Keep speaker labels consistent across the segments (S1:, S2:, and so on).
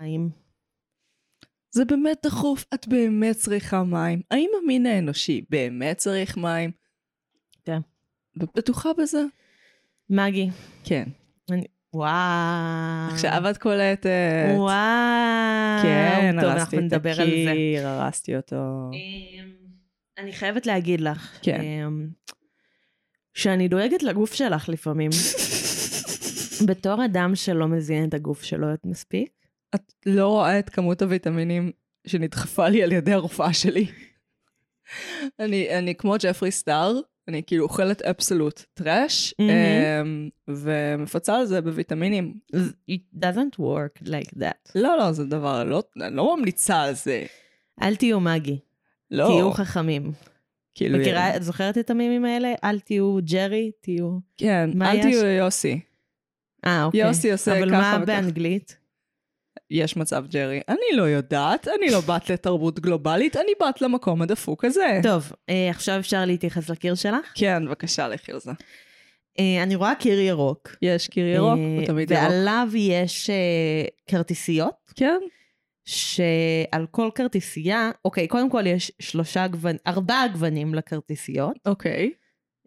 S1: מים.
S2: זה באמת דחוף, את באמת צריכה מים. האם המין האנושי באמת צריך מים?
S1: כן.
S2: את בטוחה בזה?
S1: מגי.
S2: כן.
S1: וואו.
S2: עכשיו את קולטת.
S1: אה. וואו.
S2: כן,
S1: טוב,
S2: הרסתי
S1: אנחנו
S2: את
S1: נדבר על זה.
S2: הקיר, הרסתי אותו.
S1: אמ, אני חייבת להגיד לך,
S2: כן.
S1: אמ, שאני דואגת לגוף שלך לפעמים. בתור אדם שלא מזין את הגוף שלו את מספיק,
S2: את לא רואה את כמות הוויטמינים שנדחפה לי על ידי הרופאה שלי. אני, אני כמו ג'פרי סטאר, אני כאילו אוכלת אבסולוט טראש,
S1: מהמם.
S2: אמ, ומפצה על זה בוויטמינים.
S1: it doesn't work like that.
S2: לא, לא, זה דבר, לא, אני לא ממליצה על זה.
S1: אל תהיו מגי,
S2: לא,
S1: תהיו חכמים.
S2: כאילו,
S1: מכירה, את זוכרת את המימים האלה? אל תהיו ג'רי, תהיו...
S2: כן,
S1: מה
S2: אל
S1: היה
S2: תהיו
S1: ש-
S2: יוסי.
S1: אה, אוקיי.
S2: יוסי עושה
S1: אבל
S2: ככה
S1: מה
S2: וככה.
S1: באנגלית?
S2: יש מצב, ג'רי. אני לא יודעת, אני לא בת לתרבות גלובלית, אני בת למקום הדפוק הזה.
S1: טוב, אה, עכשיו אפשר להתייחס לקיר שלך.
S2: כן, בבקשה, לכי על זה.
S1: אה, אני רואה קיר ירוק.
S2: יש קיר ירוק,
S1: אה,
S2: הוא תמיד ירוק.
S1: ועליו יש אה, כרטיסיות,
S2: כן?
S1: שעל כל כרטיסייה, אוקיי, קודם כל יש שלושה גוונים, ארבעה גוונים לכרטיסיות.
S2: אוקיי.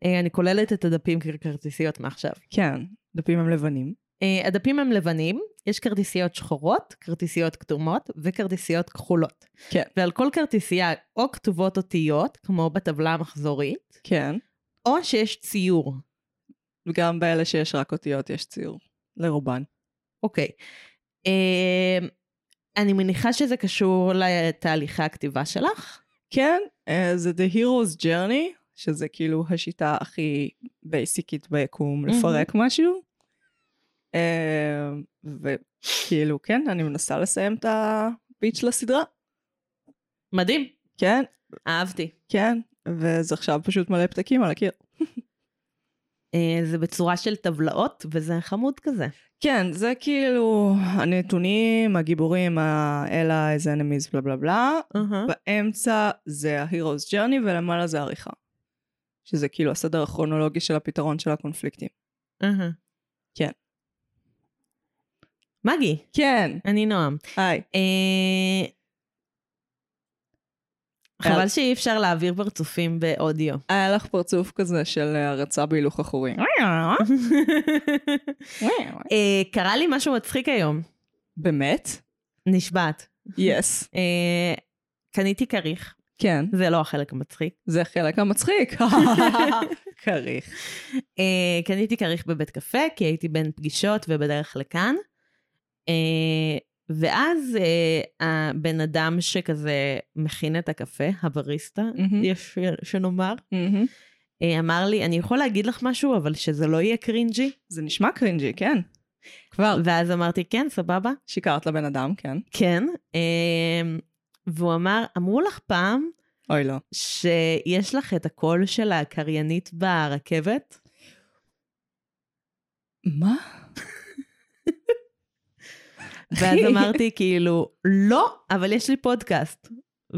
S1: אה, אני כוללת את הדפים ככרטיסיות מעכשיו.
S2: כן, דפים הם לבנים.
S1: אה, הדפים הם לבנים, יש כרטיסיות שחורות, כרטיסיות כתומות וכרטיסיות כחולות.
S2: כן.
S1: ועל כל כרטיסייה או כתובות אותיות, כמו בטבלה המחזורית,
S2: כן.
S1: או שיש ציור.
S2: וגם באלה שיש רק אותיות יש ציור. לרובן.
S1: אוקיי. אה, אני מניחה שזה קשור לתהליכי הכתיבה שלך.
S2: כן, אה, זה The Hero's Journey, שזה כאילו השיטה הכי בייסיקית ביקום לפרק משהו. אה, וכאילו, כן, אני מנסה לסיים את הביץ' לסדרה.
S1: מדהים.
S2: כן,
S1: אהבתי.
S2: כן, וזה עכשיו פשוט מלא פתקים על הקיר.
S1: אה, זה בצורה של טבלאות, וזה חמוד כזה.
S2: כן, זה כאילו הנתונים, הגיבורים, האלה, איזה enemies, בלה בלה בלה. באמצע זה ה-Hero's Journey ולמעלה זה עריכה. שזה כאילו הסדר הכרונולוגי של הפתרון של הקונפליקטים.
S1: אהה.
S2: כן.
S1: מגי,
S2: כן,
S1: אני נועם.
S2: היי.
S1: אה, חבל שאי אפשר להעביר פרצופים באודיו.
S2: היה לך פרצוף כזה של אה, הרצה בהילוך אחורי.
S1: אה, קרה לי משהו מצחיק היום.
S2: באמת?
S1: נשבעת.
S2: יס.
S1: אה, קניתי כריך,
S2: כן,
S1: זה לא החלק המצחיק.
S2: זה החלק המצחיק. כריך.
S1: אה, קניתי כריך בבית קפה, כי הייתי בין פגישות ובדרך לכאן. אה, ואז אה, הבן אדם שכזה מכין את הקפה, הבריסטה,
S2: מהמם.
S1: יש שנאמר,
S2: מהמם.
S1: אה, אמר לי, אני יכול להגיד לך משהו, אבל שזה לא יהיה קרינג'י?
S2: זה נשמע קרינג'י, כן. כבר.
S1: ואז אמרתי, כן, סבבה.
S2: שיקרת לבן אדם, כן.
S1: כן. אה, והוא אמר, אמרו לך פעם
S2: אוי לא.
S1: שיש לך את הקול של הקריינית ברכבת?
S2: מה?
S1: ואז אמרתי, כאילו, לא, אבל יש לי פודקאסט.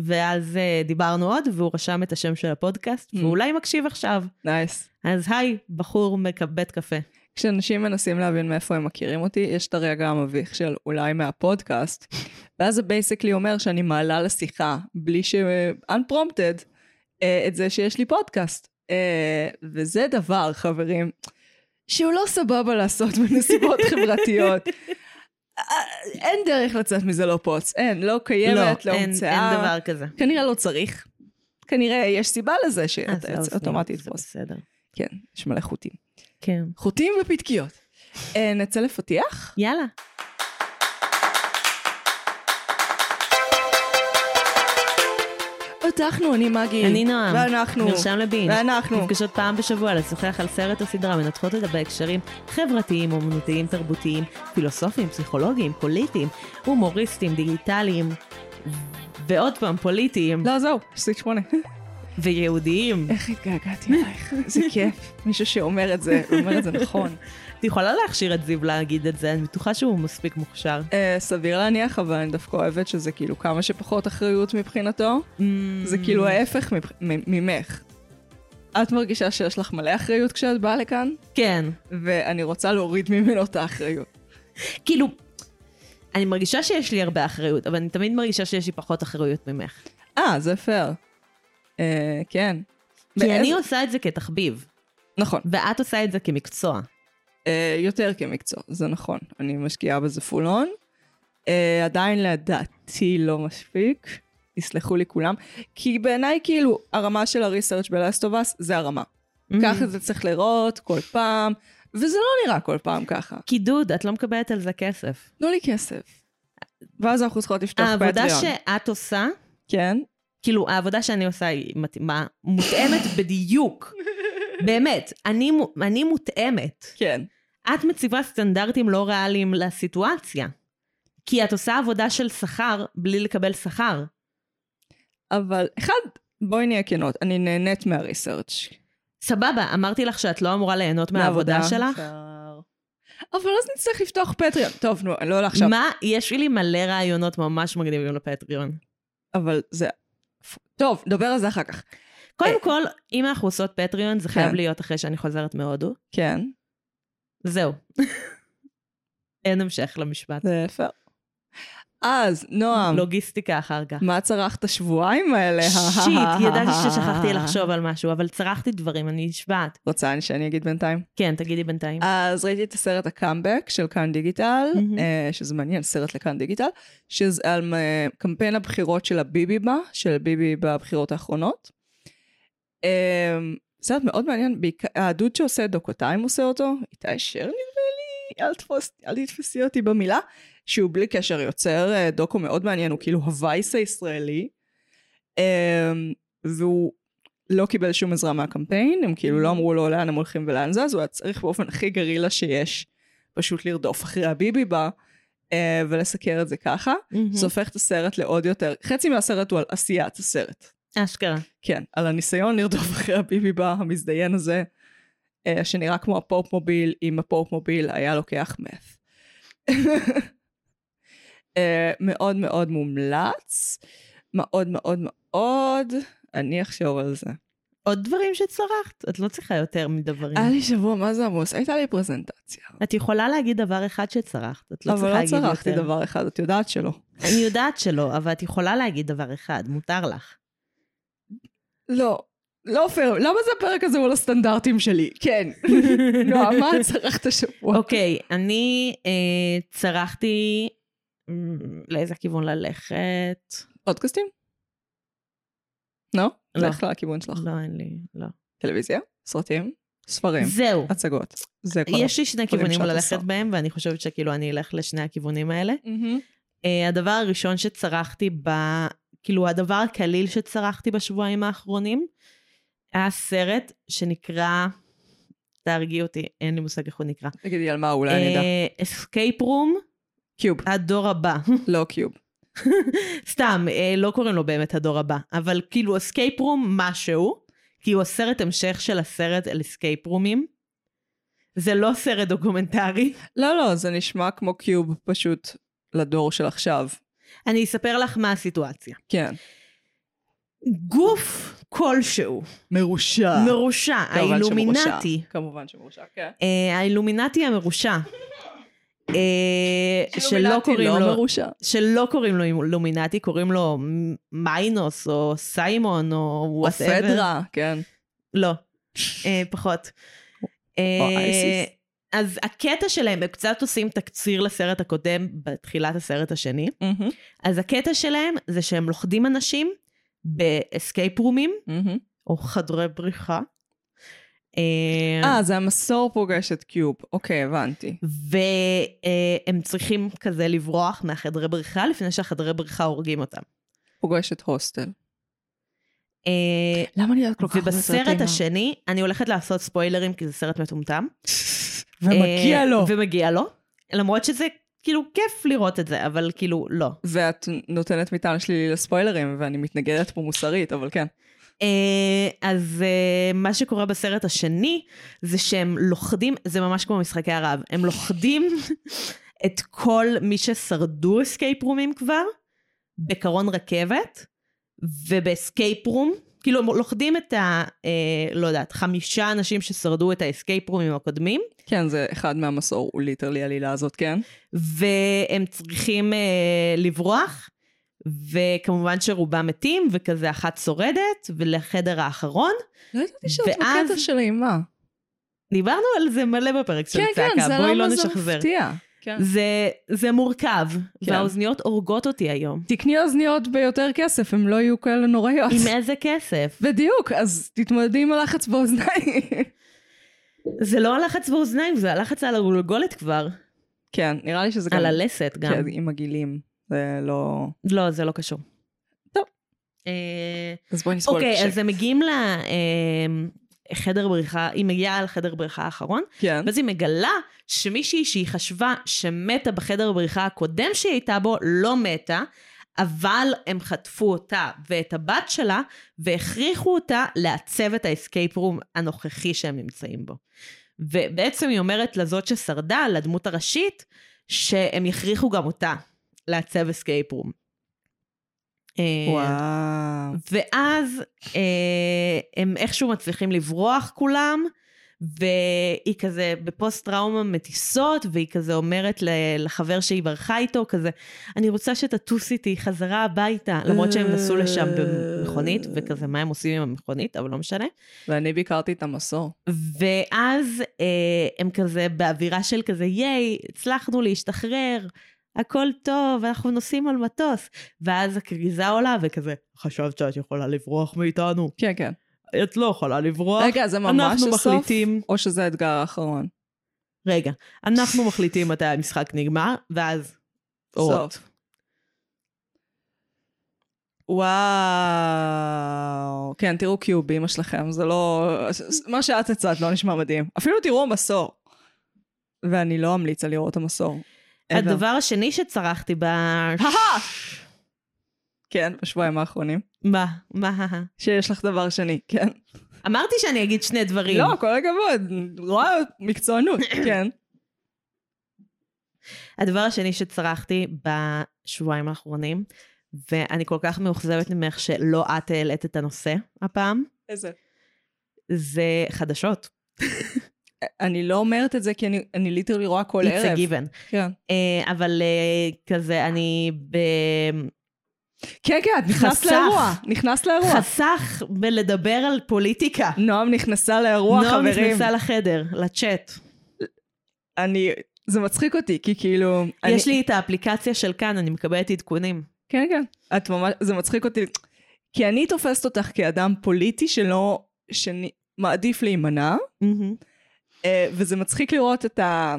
S1: ואז אה, דיברנו עוד, והוא רשם את השם של הפודקאסט,
S2: Mm.
S1: ואולי מקשיב עכשיו.
S2: נייס.
S1: אז היי, בחור מבית קפה.
S2: כשאנשים מנסים להבין מאיפה הם מכירים אותי, יש את הרגע המביך של אולי מהפודקאסט, ואז זה בייסקלי אומר שאני מעלה לשיחה, בלי ש... unprompted, אה, את זה שיש לי פודקאסט. אה, וזה דבר, חברים, שהוא לא סבבה לעשות בנסיבות חברתיות. אה, אין דרך לצאת מזה לא פוץ, אין, לא קיימת, לא
S1: אין,
S2: הומצאה.
S1: אין דבר כזה.
S2: כנראה לא צריך. כנראה יש סיבה לזה
S1: אה, זה
S2: שאתה
S1: לא- זה
S2: יוצא אוטומטית
S1: זה
S2: פוסט.
S1: בסדר.
S2: כן, יש מלא חוטים.
S1: כן.
S2: חוטים ופתקיות. אה, נצא לפתיח?
S1: יאללה.
S2: פתחנו, אני מגי.
S1: אני נועם.
S2: כן. ואנחנו.
S1: מרשם לבינג'.
S2: ואנחנו.
S1: נפגשות פעם בשבוע לשוחח על סרט או סדרה, מנתחות אותה בהקשרים חברתיים, אומנותיים, תרבותיים, פילוסופיים, פסיכולוגיים, פוליטיים, הומוריסטיים, דיגיטליים, ועוד פעם, פוליטיים
S2: לא, זהו, פסיק שמונה.
S1: ויהודיים.
S2: איך התגעגעתי אלייך, איזה כיף. מישהו שאומר את זה, הוא אומר את זה נכון.
S1: את יכולה להכשיר את זיו להגיד את זה, אני בטוחה שהוא מספיק מוכשר.
S2: אה, סביר להניח, אבל אני דווקא אוהבת שזה כאילו כמה שפחות אחריות מבחינתו. זה
S1: Mm,
S2: כאילו ההפך מבח- מ- ממך. את מרגישה שיש לך מלא אחריות כשאת באה לכאן,
S1: כן.
S2: ואני רוצה להוריד ממנו את האחריות.
S1: כאילו, אני מרגישה שיש לי הרבה אחריות, אבל אני תמיד מרגישה שיש לי פחות אחריות ממך.
S2: אה, זה פייר. אה, כן.
S1: כי אני
S2: באיזה-
S1: עושה את זה כתחביב,
S2: נכון,
S1: ואת עושה את זה כמקצוע.
S2: אה, יותר כמקצוע, זה נכון. אני משקיעה בזה פול הון. אה, עדיין לדעתי לא מספיק, יסלחו לי כולם. כי בעיניי כאילו, הרמה של הריסרצ' בלאסטובס זה הרמה. ככה זה צריך להיראות כל פעם, וזה לא נראה כל פעם ככה.
S1: כי דוד, את לא מקבלת על זה כסף.
S2: תנו לי כסף. ואז אנחנו צריכות לפתוח
S1: העבודה
S2: פטריון.
S1: שאת עושה,
S2: כן.
S1: כאילו, העבודה שאני עושה היא מתאימה, מותאמת בדיוק. באמת, אני, מו- אני מותאמת.
S2: כן.
S1: את מציבה סטנדרטים לא ריאליים לסיטואציה. כי את עושה עבודה של שכר בלי לקבל שכר.
S2: אבל, אחד, בואי נהיה כנות, אני נהנית מהריסרצ'.
S1: סבבה, אמרתי לך שאת לא אמורה ליהנות מהעבודה שלך?
S2: אפשר. אבל אז נצטרך לפתוח פטריון. טוב, נו, לא לעכשיו.
S1: מה? יש לי מלא רעיונות ממש מגניבים לפטריון.
S2: אבל זה... טוב, נדבר על זה אחר כך. אה.
S1: קודם כל, אם אנחנו עושות פטריון, זה חייב
S2: כן.
S1: להיות אחרי שאני חוזרת מהודו.
S2: כן,
S1: זהו. אין המשך למשפט.
S2: זה יפה. אז, נועם,
S1: לא- לוגיסטיקה אחר כך.
S2: מה צרכת השבועיים האלה?
S1: שיט, ידעתי ששכחתי לחשוב על משהו, אבל צרחתי דברים, אני נשבעת.
S2: רוצה אני שאני אגיד בינתיים?
S1: כן, תגידי בינתיים.
S2: אז ראיתי את הסרט הקאמבק של כאן דיגיטל,
S1: מהמם.
S2: אה, שזה מעניין, סרט לכאן דיגיטל, שזה על אה, קמפיין הבחירות של הביבי בה, של ביבי בבחירות האחרונות. אה, סרט מאוד מעניין, בעיקר- הדוד שעושה את דוקותיים עושה אותו, איתי שר נדמה לי, אל, תפוס, אל תתפסי אותי במילה, שהוא בלי קשר יוצר אה, דוקו מאוד מעניין, הוא כאילו הווייס הישראלי, אה, והוא לא קיבל שום עזרה מהקמפיין, הם כאילו לא אמרו לו לאן הם הולכים ולאן זה, אז הוא היה צריך באופן הכי גרילה שיש, פשוט לרדוף אחרי הביבי בה, אה, ולסקר את זה ככה.
S1: מהמם.
S2: זה הופך את הסרט לעוד יותר, חצי מהסרט הוא על עשיית הסרט.
S1: אשכרה.
S2: כן, על הניסיון לרדוף אחרי הביבי בה, המזדיין הזה, אה, שנראה כמו הפופ מוביל, אם הפופ מוביל היה לוקח מת. אה, מאוד מאוד מומלץ, מאוד מאוד מאוד, אני אחשוב על זה.
S1: עוד דברים שצרחת? את לא צריכה יותר מדברים.
S2: היה לי שבוע, מה זה עמוס? הייתה לי פרזנטציה.
S1: את יכולה להגיד דבר אחד שצרחת, את לא
S2: אבל
S1: צריכה
S2: לא
S1: להגיד יותר.
S2: צרחתי דבר אחד, את יודעת שלא.
S1: אני יודעת שלא, אבל את יכולה להגיד דבר אחד, מותר לך.
S2: לא, לא פייר, למה זה הפרק הזה מול הסטנדרטים שלי? כן. נועה, מה את צרחת השבוע?
S1: אוקיי, אני אה, צרחתי מ, לאיזה כיוון ללכת.
S2: פודקאסטים? לא?
S1: לא.
S2: לא. לך לכיוון שלך.
S1: לא, אין לי, לא.
S2: טלוויזיה? סרטים? ספרים?
S1: זהו.
S2: הצגות. זה כבר...
S1: יש לי שני
S2: דברים
S1: כיוונים
S2: שאת
S1: ללכת
S2: עושה.
S1: בהם, ואני חושבת שכאילו אני אלך לשני הכיוונים האלה.
S2: מהמם.
S1: אה, הדבר הראשון שצרחתי ב... כאילו, הדבר הקליל שצרחתי בשבועיים האחרונים, היה סרט שנקרא... תהרגי אותי, אין לי מושג איך הוא נקרא.
S2: תגידי על מה, אולי אני אדע.
S1: אסקייפ רום,
S2: קיוב.
S1: הדור הבא.
S2: לא קיוב.
S1: סתם, אה, לא קוראים לו באמת הדור הבא, אבל כאילו אסקייפ רום משהו, כי הוא הסרט המשך של הסרט על אסקייפ רומים. זה לא סרט דוקומנטרי.
S2: לא, לא, זה נשמע כמו קיוב פשוט לדור של עכשיו.
S1: אני אספר לך מה הסיטואציה.
S2: כן.
S1: גוף כלשהו,
S2: מרושע.
S1: מרושע,
S2: כמובן
S1: האילומינטי,
S2: אה. לא, שמרושע. כמובן שמרושע, כן.
S1: אה, האילומינטי המרושע, אה, שלא קוראים
S2: לא
S1: לו,
S2: מרושע.
S1: שלא קוראים לו אילומינטי, קוראים לו מיינוס או סיימון או וואטאבר.
S2: פדרה, כן.
S1: לא, אה, פחות. אה,
S2: אייסיס.
S1: אז הקטע שלהם, הם קצת עושים תקציר לסרט הקודם בתחילת הסרט השני.
S2: מהמם,
S1: אז הקטע שלהם זה שהם לוכדים
S2: אה.
S1: אנשים באסקייפ רומים,
S2: מהמם.
S1: או חדרי בריחה. אה,
S2: אה, זה המסור פוגש את קיוב. אוקיי, הבנתי.
S1: והם צריכים כזה לברוח מהחדרי בריחה לפני שהחדרי בריחה הורגים אותם.
S2: פוגש את הוסטל.
S1: אה,
S2: למה אני יודעת כל כך הרבה סרטים?
S1: ובסרט השני, אני הולכת לעשות ספוילרים כי זה סרט מטומטם.
S2: ומגיע
S1: אה,
S2: לו.
S1: ומגיע לו. למרות שזה כאילו כיף לראות את זה, אבל כאילו לא.
S2: ואת נותנת מטען שלילי לספוילרים, ואני מתנגדת פה מוסרית, אבל כן.
S1: אה, אז אה, מה שקורה בסרט השני, זה שהם לוכדים, זה ממש כמו משחקי הרעב, הם לוכדים את כל מי ששרדו אסקייפ רומים כבר, בקרון רכבת, ובאסקייפ רום, כאילו, הם לוכדים את ה... אה, לא יודעת, חמישה אנשים ששרדו את האסקייפ רומים הקודמים,
S2: כן, זה אחד מהמסור, הוא ליטרלי עלילה הזאת, כן?
S1: והם צריכים אה, לברוח, וכמובן שרובם מתים, וכזה אחת שורדת, ולחדר האחרון.
S2: לא ידעתי שאת
S1: ואז-
S2: בקטע של אימה.
S1: דיברנו על זה מלא בפרק של
S2: כן,
S1: צעקה,
S2: כן, זה
S1: בואי
S2: למה
S1: לא
S2: זה
S1: נשחזר.
S2: מפתיע. כן.
S1: זה, זה מורכב,
S2: כן.
S1: והאוזניות הורגות אותי היום.
S2: תקני אוזניות ביותר כסף, הם לא יהיו כאלה נוראיות.
S1: עם איזה כסף?
S2: בדיוק, אז תתמודדי עם הלחץ באוזניים.
S1: זה לא הלחץ באוזניים, זה הלחץ על הגולגולת כבר.
S2: כן, נראה לי שזה גם...
S1: על הלסת גם.
S2: כן, עם הגילים. זה לא...
S1: לא, זה לא קשור.
S2: טוב.
S1: אה,
S2: אז בואי נסבול
S1: אוקיי,
S2: בשקט.
S1: אז הם מגיעים לחדר בריחה, היא מגיעה לחדר בריחה האחרון,
S2: כן.
S1: ואז היא מגלה שמישהי שהיא חשבה שמתה בחדר הבריחה הקודם שהיא הייתה בו, לא מתה, אבל הם חטפו אותה ואת הבת שלה, והכריחו אותה לעצב את האסקייפ רום הנוכחי שהם נמצאים בו. ובעצם היא אומרת לזאת ששרדה, לדמות הראשית, שהם יכריחו גם אותה לעצב אה, אסקייפ רום.
S2: וואו.
S1: ואז אה, הם איכשהו מצליחים לברוח כולם, והיא כזה בפוסט טראומה מטיסות, והיא כזה אומרת ל- לחבר שהיא ברחה איתו, כזה, אני רוצה שתטוס איתי חזרה הביתה, למרות שהם נסעו לשם במכונית, וכזה, מה הם עושים עם המכונית, אבל לא משנה.
S2: ואני ביקרתי את המסור.
S1: ואז אה, הם כזה באווירה של כזה, ייי, הצלחנו להשתחרר, הכל טוב, אנחנו נוסעים על מטוס. ואז הכריזה עולה וכזה, חשבת שאת יכולה לברוח מאיתנו?
S2: כן, כן.
S1: את לא יכולה לברוח.
S2: רגע, זה ממש
S1: אנחנו
S2: הסוף?
S1: מחליטים.
S2: או שזה האתגר האחרון?
S1: רגע, אנחנו מחליטים מתי המשחק נגמר, ואז... אורות.
S2: סוף. וואו. כן, תראו קיוב באמא שלכם, זה לא... מה שאת הצעת לא נשמע מדהים. אפילו תראו המסור. ואני לא אמליצה לראות המסור. ever.
S1: הדבר השני שצרחתי ב...
S2: אהה! כן, בשבועיים האחרונים.
S1: מה? מה?
S2: שיש לך דבר שני, כן.
S1: אמרתי שאני אגיד שני דברים.
S2: לא, כל הכבוד, רואה מקצוענות, כן.
S1: הדבר השני שצרחתי בשבועיים האחרונים, ואני כל כך מאוכזבת ממך שלא את העלית את הנושא הפעם,
S2: איזה?
S1: זה חדשות.
S2: אני לא אומרת את זה כי אני- אני ליטרלי רואה כל
S1: It's
S2: ערב.
S1: a given.
S2: כן.
S1: אה, אבל אה, כזה, אני ב...
S2: כן, כן, את נכנסת
S1: חסך.
S2: לאירוע. נכנסת לאירוע.
S1: חסך בלדבר על פוליטיקה.
S2: נועם נכנסה לאירוע,
S1: נועם
S2: חברים.
S1: נכנסה לחדר, לצ'אט.
S2: אני... זה מצחיק אותי, כי כאילו... אני-
S1: יש לי את האפליקציה של כאן, אני מקבלת עדכונים.
S2: כן, כן. את ממש... זה מצחיק אותי. כי אני תופסת אותך כאדם פוליטי שלא... שמעדיף להימנע, אה, וזה מצחיק לראות את ה...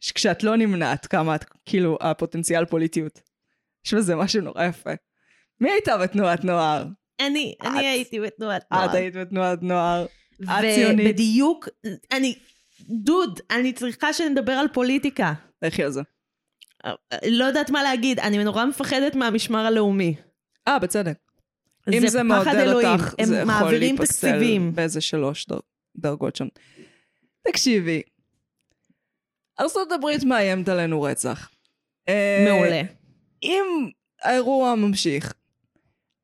S2: ש- כשאת לא נמנעת, כמה את... כאילו, הפוטנציאל פוליטיות. יש בזה משהו נורא יפה. מי הייתה בתנועת נוער?
S1: אני,
S2: את.
S1: אני הייתי בתנועת נוער.
S2: את היית בתנועת נוער. את ציונית.
S1: ובדיוק, אני, דוד, אני צריכה שנדבר על פוליטיקה.
S2: לכי על זה.
S1: לא יודעת מה להגיד, אני נורא מפחדת מהמשמר הלאומי.
S2: אה, בצדק. אם זה
S1: פחד
S2: מעודד
S1: אלוהים.
S2: אותך,
S1: הם
S2: זה יכול
S1: מעבירים
S2: להיפסל
S1: תקציבים.
S2: באיזה שלוש דר- דרגות שם. תקשיבי, ארה"ב מאיימת עלינו רצח. אה,
S1: מעולה.
S2: אם האירוע ממשיך,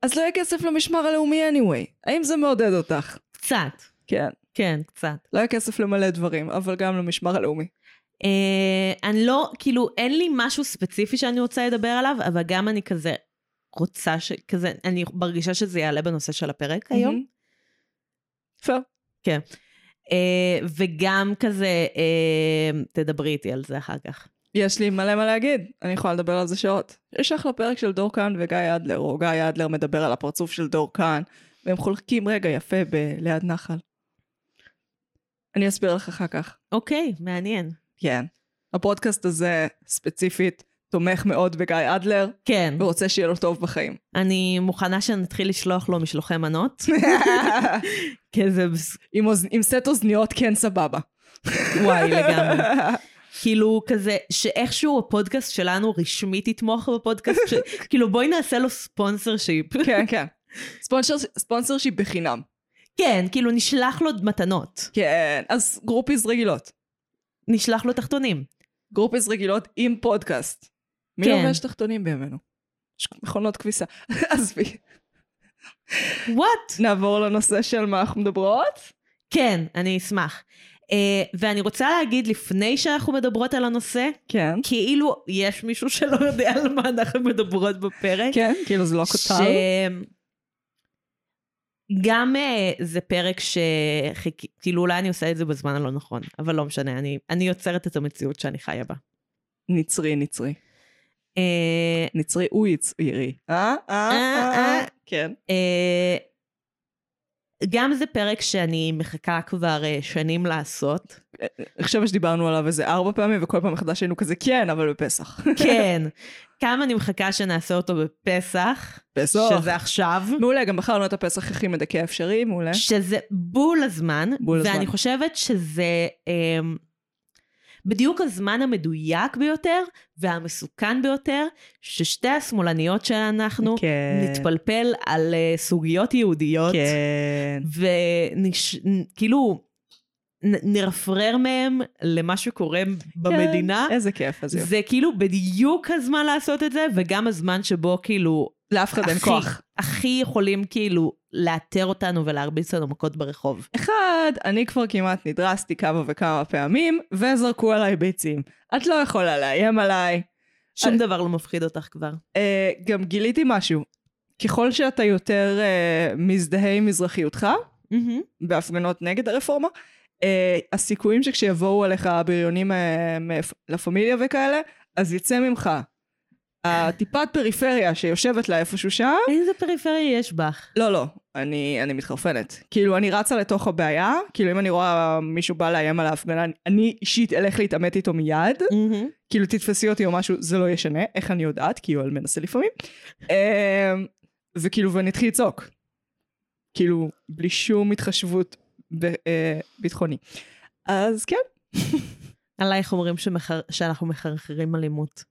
S2: אז לא יהיה כסף למשמר הלאומי anyway. האם זה מעודד אותך?
S1: קצת.
S2: כן.
S1: כן, קצת.
S2: לא יהיה כסף למלא דברים, אבל גם למשמר הלאומי.
S1: אה, אני לא, כאילו, אין לי משהו ספציפי שאני רוצה לדבר עליו, אבל גם אני כזה רוצה ש... כזה, אני מרגישה שזה יעלה בנושא של הפרק היום.
S2: פייר.
S1: אה, וגם כזה, אה, תדברי איתי על זה אחר כך.
S2: יש לי מלא מה להגיד, אני יכולה לדבר על זה שעות. יש אחלה פרק של דור כהן וגיא אדלר, או גיא אדלר מדבר על הפרצוף של דור כהן, והם חולקים רגע יפה ב- ליד נחל. אני אסביר לך אחר כך.
S1: אוקיי, מעניין.
S2: כן. הפודקאסט הזה ספציפית תומך מאוד בגיא אדלר,
S1: כן,
S2: ורוצה שיהיה לו טוב בחיים.
S1: אני מוכנה שנתחיל לשלוח לו משלוחי מנות, כי זה בס-
S2: עם, אוז... עם סט אוזניות כן סבבה.
S1: וואי לגמרי. כאילו כזה, שאיכשהו הפודקאסט שלנו רשמית יתמוך בפודקאסט, ש... כאילו בואי נעשה לו ספונסר שיפ.
S2: כן, כן. ספונסר, ספונסר שהיא בחינם.
S1: כן, כאילו נשלח לו מתנות,
S2: כן, אז גרופיז רגילות.
S1: נשלח לו תחתונים.
S2: גרופס רגילות עם פודקאסט. מי
S1: כן.
S2: לובש תחתונים בימינו? יש מכונות כביסה. עזבי.
S1: וואט?
S2: נעבור לנושא של מה אנחנו מדברות?
S1: כן, אני אשמח. אה, ואני רוצה להגיד לפני שאנחנו מדברות על הנושא,
S2: כן.
S1: כאילו יש מישהו שלא יודע על מה אנחנו מדברות בפרק.
S2: כן, כאילו זה לא כותר.
S1: גם אה, זה פרק שחיכי, כאילו אולי אני עושה את זה בזמן הלא נכון, אבל לא משנה, אני, אני יוצרת את המציאות שאני חיה בה.
S2: נצרי, נצרי.
S1: אה,
S2: נצרי הוא יצרי. אה? אה? אה?
S1: אה.
S2: כן.
S1: אה, גם זה פרק שאני מחכה כבר אה, שנים לעשות.
S2: אני חושבת שדיברנו עליו איזה ארבע פעמים, וכל פעם מחדש היינו כזה כן, אבל בפסח.
S1: כן. כמה אני מחכה שנעשה אותו בפסח,
S2: פסח.
S1: שזה עכשיו,
S2: מעולה, גם בחרנו את הפסח הכי מדכא אפשרי, מעולה.
S1: שזה בול הזמן,
S2: בול הזמן.
S1: ואני חושבת שזה אמ, בדיוק הזמן המדויק ביותר והמסוכן ביותר, ששתי השמאלניות שלנו
S2: כן.
S1: נתפלפל על אה, סוגיות יהודיות.
S2: כן.
S1: וכאילו נרפרר מהם למה שקורה במדינה.
S2: כן, איזה כיף, איזה יופי.
S1: זה כאילו בדיוק הזמן לעשות את זה, וגם הזמן שבו כאילו
S2: לאף אחד אין
S1: הכי-
S2: כוח.
S1: הכי יכולים כאילו לאתר אותנו ולהרביץ לנו מכות ברחוב.
S2: אחד, אני כבר כמעט נדרסתי כמה וכמה פעמים, וזרקו עליי ביצים. את לא יכולה לאיים עליי.
S1: שום דבר לא מפחיד אותך כבר.
S2: אה, גם גיליתי משהו. ככל שאתה יותר אה, מזדהה עם מזרחיותך, בהפגנות נגד הרפורמה, אה, הסיכויים שכשיבואו עליך הבריונים אה, מאפ- לה פמיליה וכאלה, אז יצא ממך. הטיפת פריפריה שיושבת לה איפשהו שם,
S1: איזה פריפריה יש בך?
S2: לא, לא, אני, אני מתחרפנת. כאילו, אני רצה לתוך הבעיה, כאילו, אם אני רואה מישהו בא לאיים על ההפגנה, אני- אני אישית אלך להתעמת איתו מיד, כאילו, תתפסי אותי או משהו, זה לא ישנה, איך אני יודעת, כי יואל מנסה לפעמים. אמ, וכאילו, ואני אתחיל לצעוק. כאילו, בלי שום התחשבות ב- אה, ביטחוני. אז כן,
S1: עלייך אומרים שמחר- שאנחנו מחרחרים אלימות.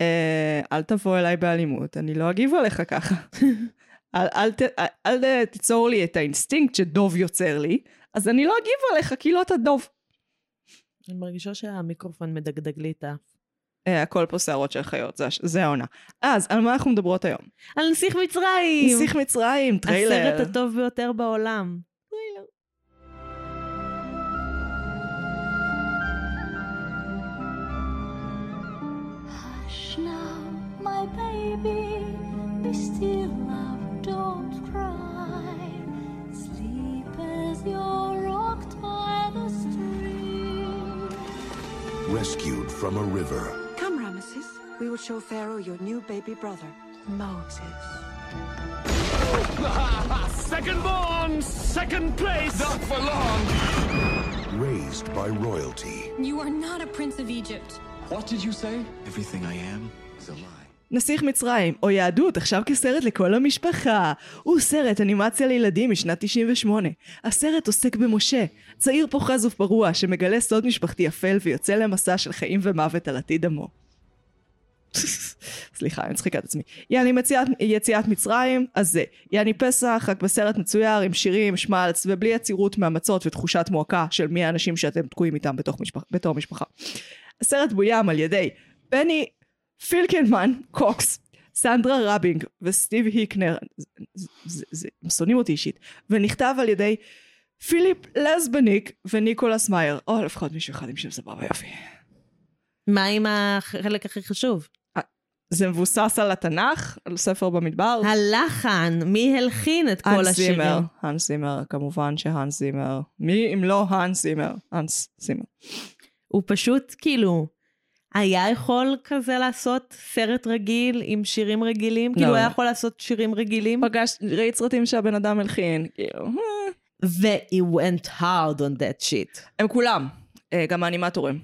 S2: אה, אל תבוא אליי באלימות, אני לא אגיב עליך ככה. אל, אל, ת, אל, אל אה, תיצור לי את האינסטינקט שדוב יוצר לי, אז אני לא אגיב עליך, כי לא אתה דוב.
S1: אני מרגישה שהמיקרופון מדגדג לי את ה...
S2: אה, הכל פה שערות של חיות, זה, הש- זה העונה. אז, על מה אנחנו מדברות היום?
S1: על נסיך מצרים!
S2: נסיך מצרים, טריילר.
S1: הסרט הטוב ביותר בעולם.
S3: Hush now, my baby, be still, love, don't cry. Sleep as you're rocked by the stream.
S4: rescued from a river.
S5: Come, Ramesses. We will show Pharaoh your new baby brother, Moses.
S6: Second born, second place. Not for long.
S4: Raised by royalty,
S7: You are not a prince of Egypt.
S8: What did you say? Everything I am is a lie.
S2: נסיך מצרים, או יהדות, עכשיו כסרט לכל המשפחה. הוא סרט אנימציה לילדים משנת 98. הסרט עוסק במשה, צעיר פוחז ופרוע שמגלה סוד משפחתי אפל ויוצא למסע של חיים ומוות על עתיד עמו. סליחה, אני מצחיקה את עצמי. יעני מציאת, יציאת מצרים, אז זה. יעני פסח, רק בסרט מצויר עם שירים, שמלץ, ובלי עצירות מהמצות ותחושת מועקה של מי האנשים שאתם תקועים איתם בתוך משפח, בתור משפחה. הסרט בוים על ידי בני פילקנמן, קוקס, סנדרה רבינג וסטיב היקנר, זה- זה- זה- הם שונאים אותי אישית, ונכתב על ידי פיליפ לזבניק וניקולס מאייר, או לפחות מישהו אחד עם שם סבבה יופי.
S1: מה עם החלק הכי חשוב?
S2: זה מבוסס על התנ"ך, על ספר במדבר.
S1: הלחן, מי הלחין את כל
S2: האנס
S1: השירים?
S2: זימר, האנס זימר, כמובן שהאנס זימר. מי אם לא האנס זימר? האנס זימר.
S1: הוא פשוט כאילו, היה יכול כזה לעשות סרט רגיל עם שירים רגילים? כאילו,
S2: לא.
S1: היה יכול לעשות שירים רגילים?
S2: פגש, ראית סרטים שהבן אדם הלחין, כאילו. אה.
S1: ו-he went hard on that shit.
S2: הם כולם, אה, גם האנימטורים.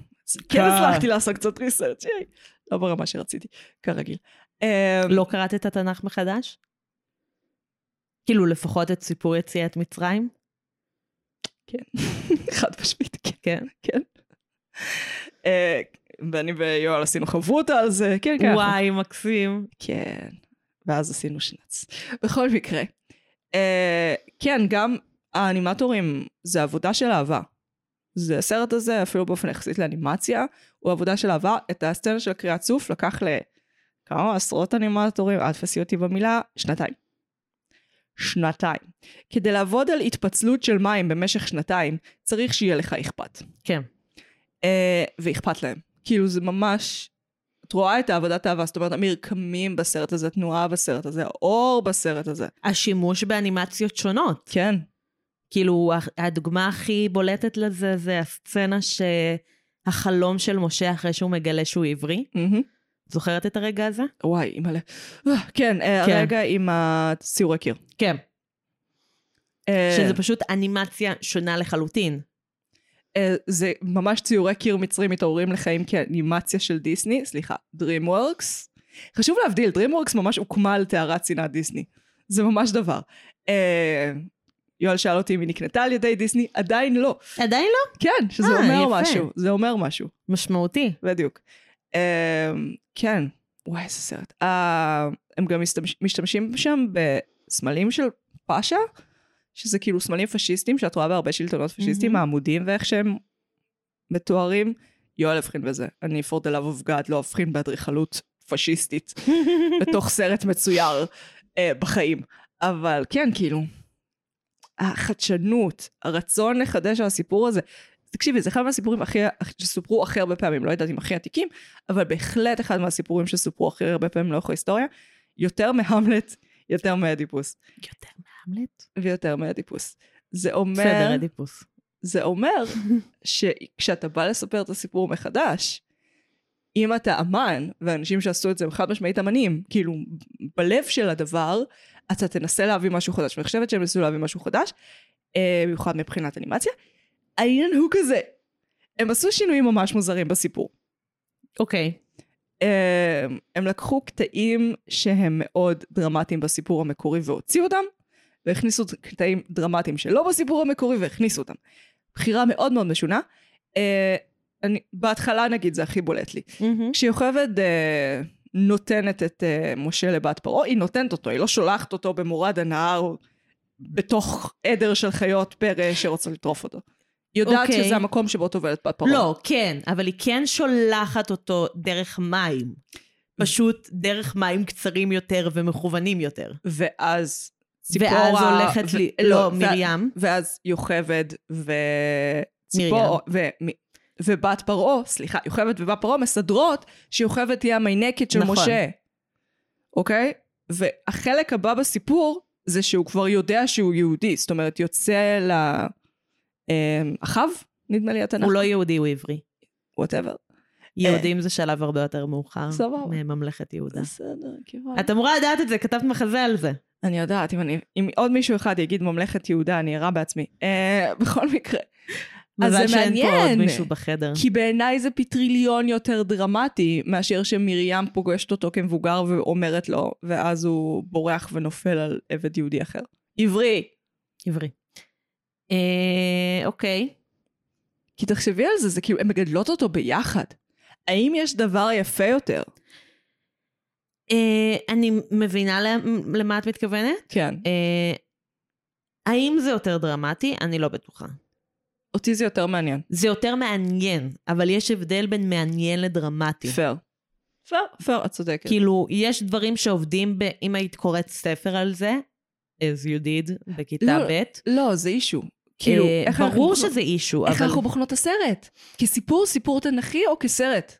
S2: כן הצלחתי לעשות קצת ריסרצ', ייי. לא ברמה שרציתי, כרגיל. אה,
S1: לא קראת את התנ"ך מחדש? כאילו, לפחות את סיפור יציאת מצרים?
S2: כן, חד משמעית, כן,
S1: כן.
S2: כן. אה, ואני ויואל עשינו חברותה על זה, כן, כן. אנחנו-
S1: וואי, מקסים.
S2: כן. ואז עשינו שנץ. בכל מקרה, אה, כן, גם האנימטורים זה עבודה של אהבה. זה הסרט הזה, אפילו באופן יחסית לאנימציה, הוא עבודה של אהבה. את הסצנה של קריאת סוף לקח לכמה עשרות אנימטורים, אל תפסי אותי במילה, שנתיים. שנתיים. כדי לעבוד על התפצלות של מים במשך שנתיים, צריך שיהיה לך אכפת.
S1: כן.
S2: אה, ואכפת להם. כאילו זה ממש... את רואה את העבודת האהבה, זאת אומרת, המרקמים בסרט הזה, התנועה בסרט הזה, האור בסרט הזה.
S1: השימוש באנימציות שונות.
S2: כן.
S1: כאילו, ה- הדוגמה הכי בולטת לזה זה הסצנה שהחלום של משה אחרי שהוא מגלה שהוא עברי.
S2: Mm-hmm.
S1: זוכרת את הרגע הזה?
S2: וואי, אימא'לה. אה, כן, אה,
S1: כן.
S2: הרגע עם הציורי קיר.
S1: כן.
S2: אה,
S1: שזה פשוט אנימציה שונה לחלוטין.
S2: אה, זה ממש ציורי קיר מצרים מתעוררים לחיים כאנימציה של דיסני, סליחה, DreamWorks. חשוב להבדיל, DreamWorks ממש הוקמה על טהרת שנאת דיסני. זה ממש דבר. אה, יואל שאל אותי אם היא נקנתה על ידי דיסני, עדיין לא.
S1: עדיין לא?
S2: כן, שזה
S1: אה,
S2: אומר
S1: יפה.
S2: משהו, זה אומר משהו,
S1: משמעותי.
S2: בדיוק. אה, כן, וואי, איזה סרט. אה, הם גם משתמש, משתמשים שם בסמלים של פאשה, שזה כאילו סמלים פשיסטיים, שאת רואה בהרבה שלטונות פשיסטיים,
S1: מהמם.
S2: העמודים ואיך שהם מתוארים. יואל הבחין בזה. אני, for the love of God, לא אבחין באדריכלות פשיסטית בתוך סרט מצויר אה, בחיים. אבל כן, כאילו, החדשנות, הרצון לחדש על הסיפור הזה. תקשיבי, זה אחד מהסיפורים הכי, שסופרו הכי הרבה פעמים, לא יודעת אם הכי עתיקים, אבל בהחלט אחד מהסיפורים שסופרו הכי הרבה פעמים לאורך ההיסטוריה, יותר מהמלט, יותר מאדיפוס.
S1: יותר מהמלט?
S2: ויותר מאדיפוס. זה אומר,
S1: בסדר, אדיפוס.
S2: זה אומר שכשאתה בא לספר את הסיפור מחדש, אם אתה אמן, ואנשים שעשו את זה הם חד משמעית אמנים, כאילו, בלב של הדבר, אתה תנסה להביא משהו חדש. ואני חושבת שהם ניסו להביא משהו חדש, אה, במיוחד מבחינת אנימציה. העניין הוא כזה, הם עשו שינויים ממש מוזרים בסיפור.
S1: אוקיי.
S2: אה, הם לקחו קטעים שהם מאוד דרמטיים בסיפור המקורי והוציאו אותם, והכניסו קטעים דרמטיים שלא בסיפור המקורי והכניסו אותם. בחירה מאוד מאוד משונה. אה, אני, בהתחלה נגיד זה הכי בולט לי.
S1: מהמם.
S2: כשיוכבד אה, נותנת את אה, משה לבת פרעה, היא נותנת אותו, היא לא שולחת אותו במורד הנהר בתוך עדר של חיות פרא שרוצות לטרוף אותו. היא יודעת
S1: אוקיי.
S2: שזה המקום שבו טובלת בת פרעה.
S1: לא, כן, אבל היא כן שולחת אותו דרך מים. פשוט דרך מים קצרים יותר ומכוונים יותר.
S2: ואז ציפורה...
S1: ואז הולכת ל...
S2: ו-
S1: לא,
S2: ו-
S1: מרים.
S2: ואז יוכבד וציפור... ו- ובת פרעה, סליחה, יוכבד ובת פרעה מסדרות שיוכבד תהיה המיינקת של
S1: נכון.
S2: משה. אוקיי? והחלק הבא בסיפור זה שהוא כבר יודע שהוא יהודי. זאת אומרת, יוצא ל... אמ, אחאב, נדמה לי התנ"ך,
S1: הוא לא יהודי, הוא עברי.
S2: וואטאבר.
S1: יהודים זה שלב הרבה יותר מאוחר.
S2: סבבה.
S1: מממלכת יהודה.
S2: בסדר, כאילו...
S1: את אמורה לדעת את זה, כתבת מחזה על זה.
S2: אני יודעת, אם, אני, אם עוד מישהו אחד יגיד ממלכת יהודה, אני ארע בעצמי. אה, בכל מקרה. אז
S1: מזל
S2: זה
S1: שאין פה עוד
S2: מעניין.
S1: מישהו בחדר.
S2: כי בעיניי זה פטריליון יותר דרמטי מאשר שמרים פוגשת אותו כמבוגר ואומרת לו, ואז הוא בורח ונופל על עבד יהודי אחר. עברי.
S1: עברי. אה, אוקיי.
S2: כי תחשבי על זה, זה כאילו, הן מגדלות אותו ביחד. האם יש דבר יפה יותר?
S1: אה, אני מבינה למ- למה את מתכוונת.
S2: כן.
S1: אה, האם זה יותר דרמטי? אני לא בטוחה.
S2: אותי זה יותר מעניין.
S1: זה יותר מעניין, אבל יש הבדל בין מעניין לדרמטי.
S2: פייר. פייר, פייר, את צודקת.
S1: כאילו, יש דברים שעובדים, ב... אם היית קוראת ספר על זה, as you did, בכיתה
S2: לא,
S1: ב',
S2: לא, זה אישו. כאילו,
S1: אה,
S2: איך אנחנו
S1: ברור
S2: בוחנות-
S1: שזה אישו,
S2: איך
S1: אבל
S2: אנחנו בוחנות את הסרט? כסיפור, סיפור תנכי או כסרט?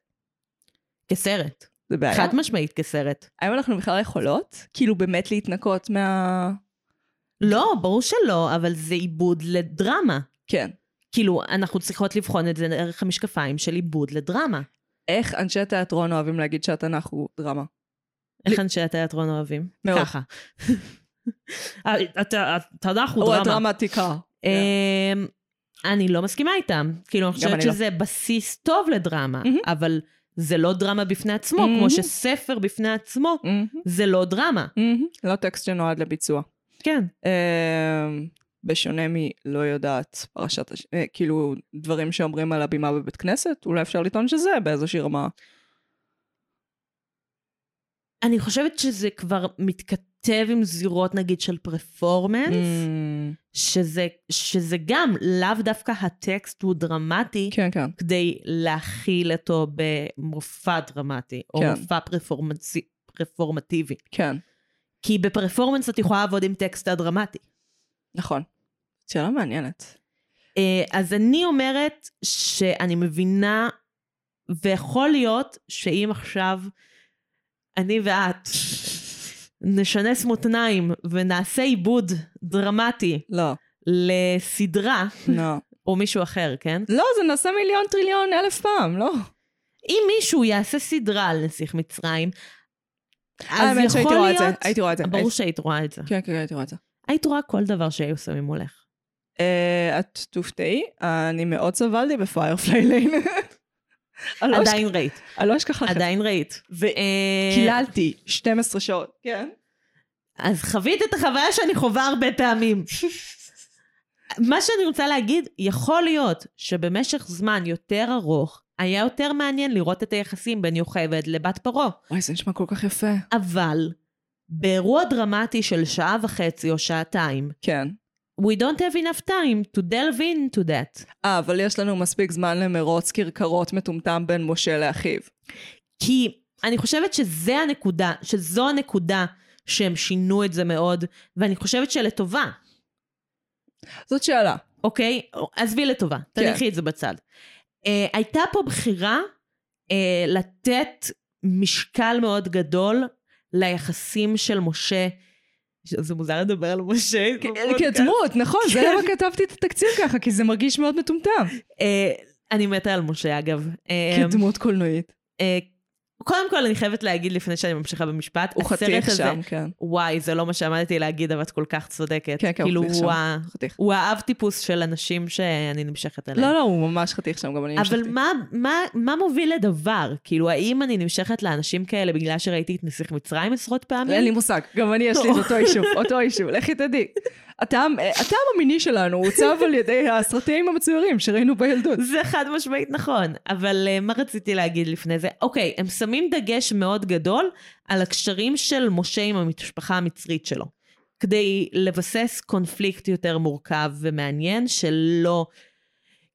S1: כסרט.
S2: זה בעיה.
S1: חד משמעית כסרט.
S2: האם אנחנו בכלל יכולות? כאילו באמת להתנקות מה...
S1: לא, ברור שלא, אבל זה עיבוד לדרמה.
S2: כן.
S1: כאילו, אנחנו צריכות לבחון את זה דרך המשקפיים של עיבוד לדרמה.
S2: איך אנשי תיאטרון אוהבים להגיד שהתנ"ך הוא דרמה?
S1: איך אנשי התיאטרון אוהבים?
S2: מאוד.
S1: ככה. אה, התנ"ך הוא
S2: הוא
S1: דרמה.
S2: הדרמטיקה.
S1: אמ, אני לא מסכימה איתם. כאילו, אני חושבת
S2: אני לא.
S1: שזה בסיס טוב לדרמה,
S2: מהמם.
S1: אבל זה לא דרמה בפני עצמו, כמו
S2: מהמם.
S1: שספר בפני עצמו
S2: מהמם,
S1: זה לא דרמה.
S2: כן. מהמם. לא טקסט שנועד לביצוע.
S1: כן.
S2: אמ, בשונה מלא יודעת פרשת, הש- אה, כאילו דברים שאומרים על הבימה בבית כנסת, אולי אפשר לטעון שזה באיזושהי רמה.
S1: אני חושבת שזה כבר מתכתב עם זירות, נגיד, של פרפורמנס,
S2: אמ,
S1: שזה- שזה גם, לאו דווקא הטקסט הוא דרמטי,
S2: כן, כן.
S1: כדי להכיל אותו במופע דרמטי, או
S2: כן.
S1: מופע פרפורמצי- פרפורמטיבי.
S2: כן.
S1: כי בפרפורמנס את יכולה לעבוד עם טקסט הדרמטי.
S2: נכון. שאלה מעניינת.
S1: אה, אז אני אומרת שאני מבינה, ויכול להיות שאם עכשיו אני ואת נשנס מותניים ונעשה עיבוד דרמטי
S2: לא.
S1: לסדרה,
S2: לא.
S1: או מישהו אחר, כן?
S2: לא, זה נעשה מיליון טריליון אלף פעם, לא.
S1: אם מישהו יעשה סדרה על נסיך מצרים, אז
S2: האמת שהייתי
S1: יכול
S2: רואה את
S1: להיות...
S2: זה, הייתי רואה את זה.
S1: ברור
S2: הייתי-
S1: שהיית רואה את זה.
S2: כן, כן, כן, הייתי רואה את זה.
S1: היית רואה כל דבר שהיו שמים מולך.
S2: אה, את תופתעי, אני מאוד סבלתי בפיירפליי ליין. אני לא
S1: עדיין ראית.
S2: אשכח- אני לא אשכח לך.
S1: עדיין ראית. ו... אה,
S2: קיללתי 12 שעות. כן.
S1: אז חווית את החוויה שאני חווה הרבה פעמים. מה שאני רוצה להגיד, יכול להיות שבמשך זמן יותר ארוך, היה יותר מעניין לראות את היחסים בין יוכבד לבת פרעה.
S2: וואי, זה נשמע כל כך יפה.
S1: אבל באירוע דרמטי של שעה וחצי או שעתיים,
S2: כן.
S1: we don't have enough time to delve into that.
S2: אה, אבל יש לנו מספיק זמן למרוץ כרכרות מטומטם בין משה לאחיו.
S1: כי אני חושבת שזה הנקודה, שזו הנקודה שהם שינו את זה מאוד, ואני חושבת שלטובה,
S2: זאת שאלה.
S1: אוקיי? עזבי
S2: כן.
S1: לטובה, תניחי את זה בצד. אה, הייתה פה בחירה אה, לתת משקל מאוד גדול ליחסים של משה. זה מוזר לדבר על משה. בפודקאסט.
S2: כן, כדמות, נכון, זה
S1: כן.
S2: למה כתבתי את התקציב ככה, כי זה מרגיש מאוד מטומטם.
S1: אה, אני מתה על משה, אגב.
S2: אמ,
S1: אה,
S2: כדמות קולנועית.
S1: אה, קודם כל, אני חייבת להגיד לפני שאני ממשיכה במשפט,
S2: הוא
S1: הסרט
S2: חתיך
S1: הזה-
S2: שם, כן.
S1: וואי, זה לא מה שעמדתי להגיד, אבל את כל כך צודקת.
S2: כן, כן,
S1: כאילו,
S2: הוא חתיך
S1: הוא
S2: שם.
S1: ה-
S2: חתיך.
S1: הוא האב טיפוס של אנשים שאני נמשכת אליהם.
S2: לא, לא, הוא ממש חתיך שם, גם אני
S1: אבל מה, מה, מה מוביל לדבר? כאילו, האם אני נמשכת לאנשים כאלה בגלל שראיתי את נסיך מצרים עשרות פעמים?
S2: אין לי מושג, גם אני לא. יש לי את אותו אישו, אותו אישו, לכי תדעי. הטעם אה, הטעם המיני שלנו עוצב על ידי הסרטים המצוירים שראינו בילדות.
S1: זה חד משמעית נכון, אבל uh, מה רציתי להגיד לפני זה? אוקיי, הם שמים דגש מאוד גדול על הקשרים של משה עם המשפחה המצרית שלו, כדי לבסס קונפליקט יותר מורכב ומעניין, שלא...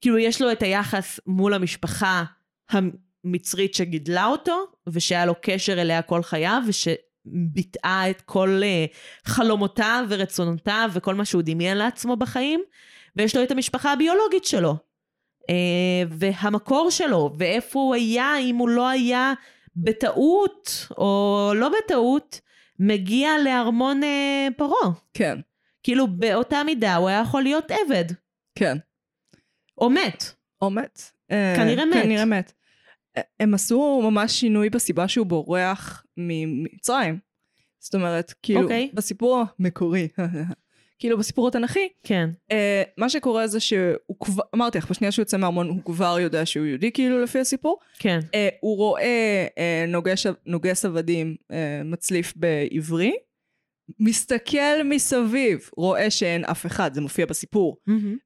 S1: כאילו, יש לו את היחס מול המשפחה המצרית שגידלה אותו, ושהיה לו קשר אליה כל חייו, ושביטאה את כל uh, חלומותיו ורצונותיו וכל מה שהוא דמיין לעצמו בחיים, ויש לו את המשפחה הביולוגית שלו. אה, והמקור שלו, ואיפה הוא היה, אם הוא לא היה בטעות או לא בטעות, מגיע לארמון אה, פרעה.
S2: כן,
S1: כאילו באותה מידה הוא היה יכול להיות עבד,
S2: כן.
S1: או מת.
S2: או מת. אה,
S1: כנראה מת.
S2: כנראה מת. אה, הם עשו ממש שינוי בסיבה שהוא בורח ממצרים. זאת אומרת, כאילו,
S1: אוקיי.
S2: בסיפור המקורי, כאילו בסיפור התנ"כי,
S1: כן.
S2: אה, מה שקורה זה שהוא כבר, אמרתי לך, בשנייה שהוא יוצא מהארמון הוא כבר יודע שהוא יהודי, כאילו, לפי הסיפור.
S1: כן.
S2: אה, הוא רואה אה, נוגש, נוגס עבדים אה, מצליף בעברי, מסתכל מסביב, רואה שאין אף אחד, זה מופיע בסיפור,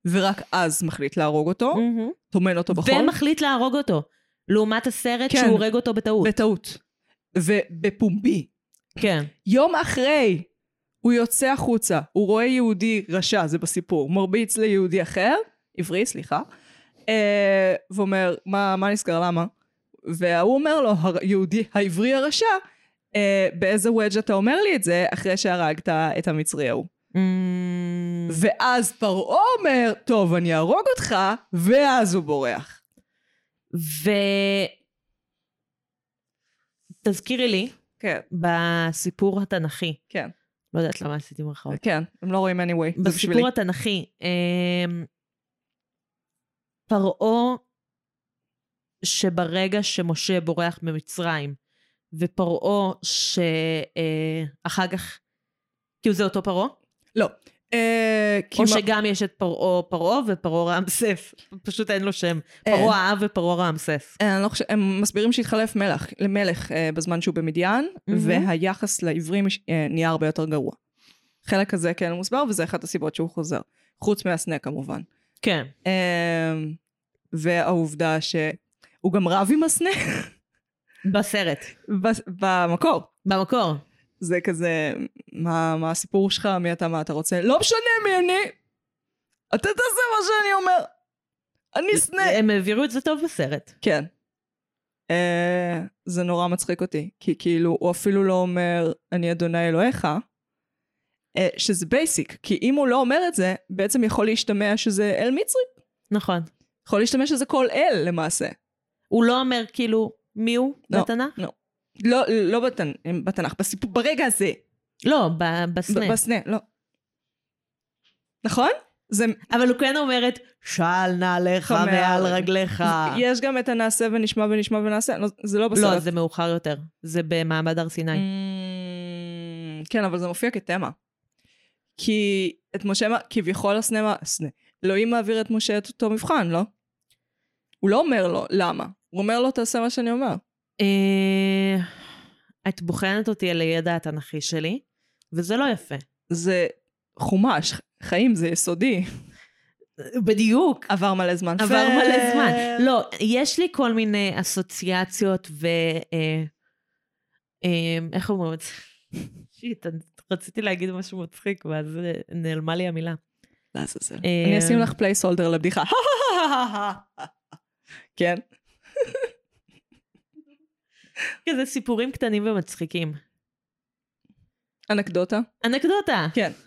S2: ורק אז מחליט להרוג אותו,
S1: מהמם.
S2: טומן אותו בחול,
S1: Mm. ומחליט להרוג אותו. לעומת הסרט
S2: נכון. כן.
S1: שהוא הורג אותו בטעות.
S2: בטעות, ובפומבי.
S1: כן.
S2: יום אחרי הוא יוצא החוצה, הוא רואה יהודי רשע, זה בסיפור, מרביץ ליהודי אחר, עברי, סליחה, אה, ואומר, מה, מה נסגר, למה? וההוא אומר לו, היהודי העברי הרשע, אה, באיזה וודג' אתה אומר לי את זה, אחרי שהרגת את המצרי ההוא.
S1: אמ,
S2: ואז פרעה אומר, טוב, אני אהרוג אותך, ואז הוא בורח.
S1: ו... תזכירי לי,
S2: כן,
S1: בסיפור התנ"כי,
S2: כן,
S1: לא יודעת למה עשיתי מרכאות.
S2: כן, הם לא רואים anyway, זה בשבילי.
S1: בסיפור התנכי, אמ, פרעה שברגע שמשה בורח ממצרים, ופרעה שאחר כך, כאילו זה אותו פרעה?
S2: לא. אה,
S1: או
S2: כי מה-
S1: שגם יש את פרעה פרעה ופרעה רעמסס, פשוט אין לו שם.
S2: אין.
S1: פרעה האב ופרעה רעמסס.
S2: אה, אני לא חושב, הם מסבירים שהתחלף מלך, למלך אה, בזמן שהוא במדיין,
S1: מהמם.
S2: והיחס לעברים אה, נהיה הרבה יותר גרוע. חלק הזה כן מוסבר, וזה אחת הסיבות שהוא חוזר. חוץ מהסנה כמובן.
S1: כן.
S2: אה, והעובדה שהוא גם רב עם הסנה
S1: בסרט.
S2: בס- במקור.
S1: במקור.
S2: זה כזה, מה, מה הסיפור שלך, מי אתה, מה אתה רוצה? לא משנה מי אני! אתה תעשה מה שאני אומר! אני סנה!
S1: הם העבירו את זה טוב בסרט.
S2: כן. אה, Uh, זה נורא מצחיק אותי, כי כאילו הוא אפילו לא אומר אני אדוני אלוהיך, אה, שזה בייסיק, כי אם הוא לא אומר את זה, בעצם יכול להשתמע שזה אל מצרי.
S1: נכון.
S2: יכול להשתמע שזה כל אל למעשה.
S1: הוא לא אומר כאילו מי הוא
S2: לא,
S1: בתנ"ך?
S2: לא. לא, לא בתנ- בתנ"ך, בסיפור, ברגע הזה.
S1: לא, ב- בסנה.
S2: ב- בסנה, לא. נכון? זה...
S1: אבל הוא כן אומר את שעל נעליך
S2: מעל
S1: מעל
S2: רגל."
S1: רגליך.
S2: יש גם את הנעשה ונשמע ונשמע ונעשה, לא, זה לא בסרט.
S1: לא, זה מאוחר יותר. זה במעמד הר סיני.
S2: Mm, כן, אבל זה מופיע כתמה. כי את משה, מע- כביכול הסנה, הסנה. אלוהים מעביר את משה את אותו מבחן, לא? הוא לא אומר לו למה, הוא אומר לו תעשה מה שאני אומר.
S1: אה, את בוחנת אותי על הידע התנ"כי שלי, וזה לא יפה.
S2: זה חומש, חיים, זה יסודי.
S1: בדיוק.
S2: עבר מלא זמן.
S1: עבר
S2: פר.
S1: מלא זמן. לא, יש לי כל מיני אסוציאציות ו... אה, אה, איך אומרים את זה? שיט, אני רציתי להגיד משהו מצחיק, ואז אה, נעלמה לי המילה.
S2: לעזאזל.
S1: אה,
S2: לא, אני אשים לך פלייס הולדר לבדיחה. כן.
S1: כזה סיפורים קטנים ומצחיקים.
S2: אנקדוטה?
S1: אנקדוטה.
S2: כן.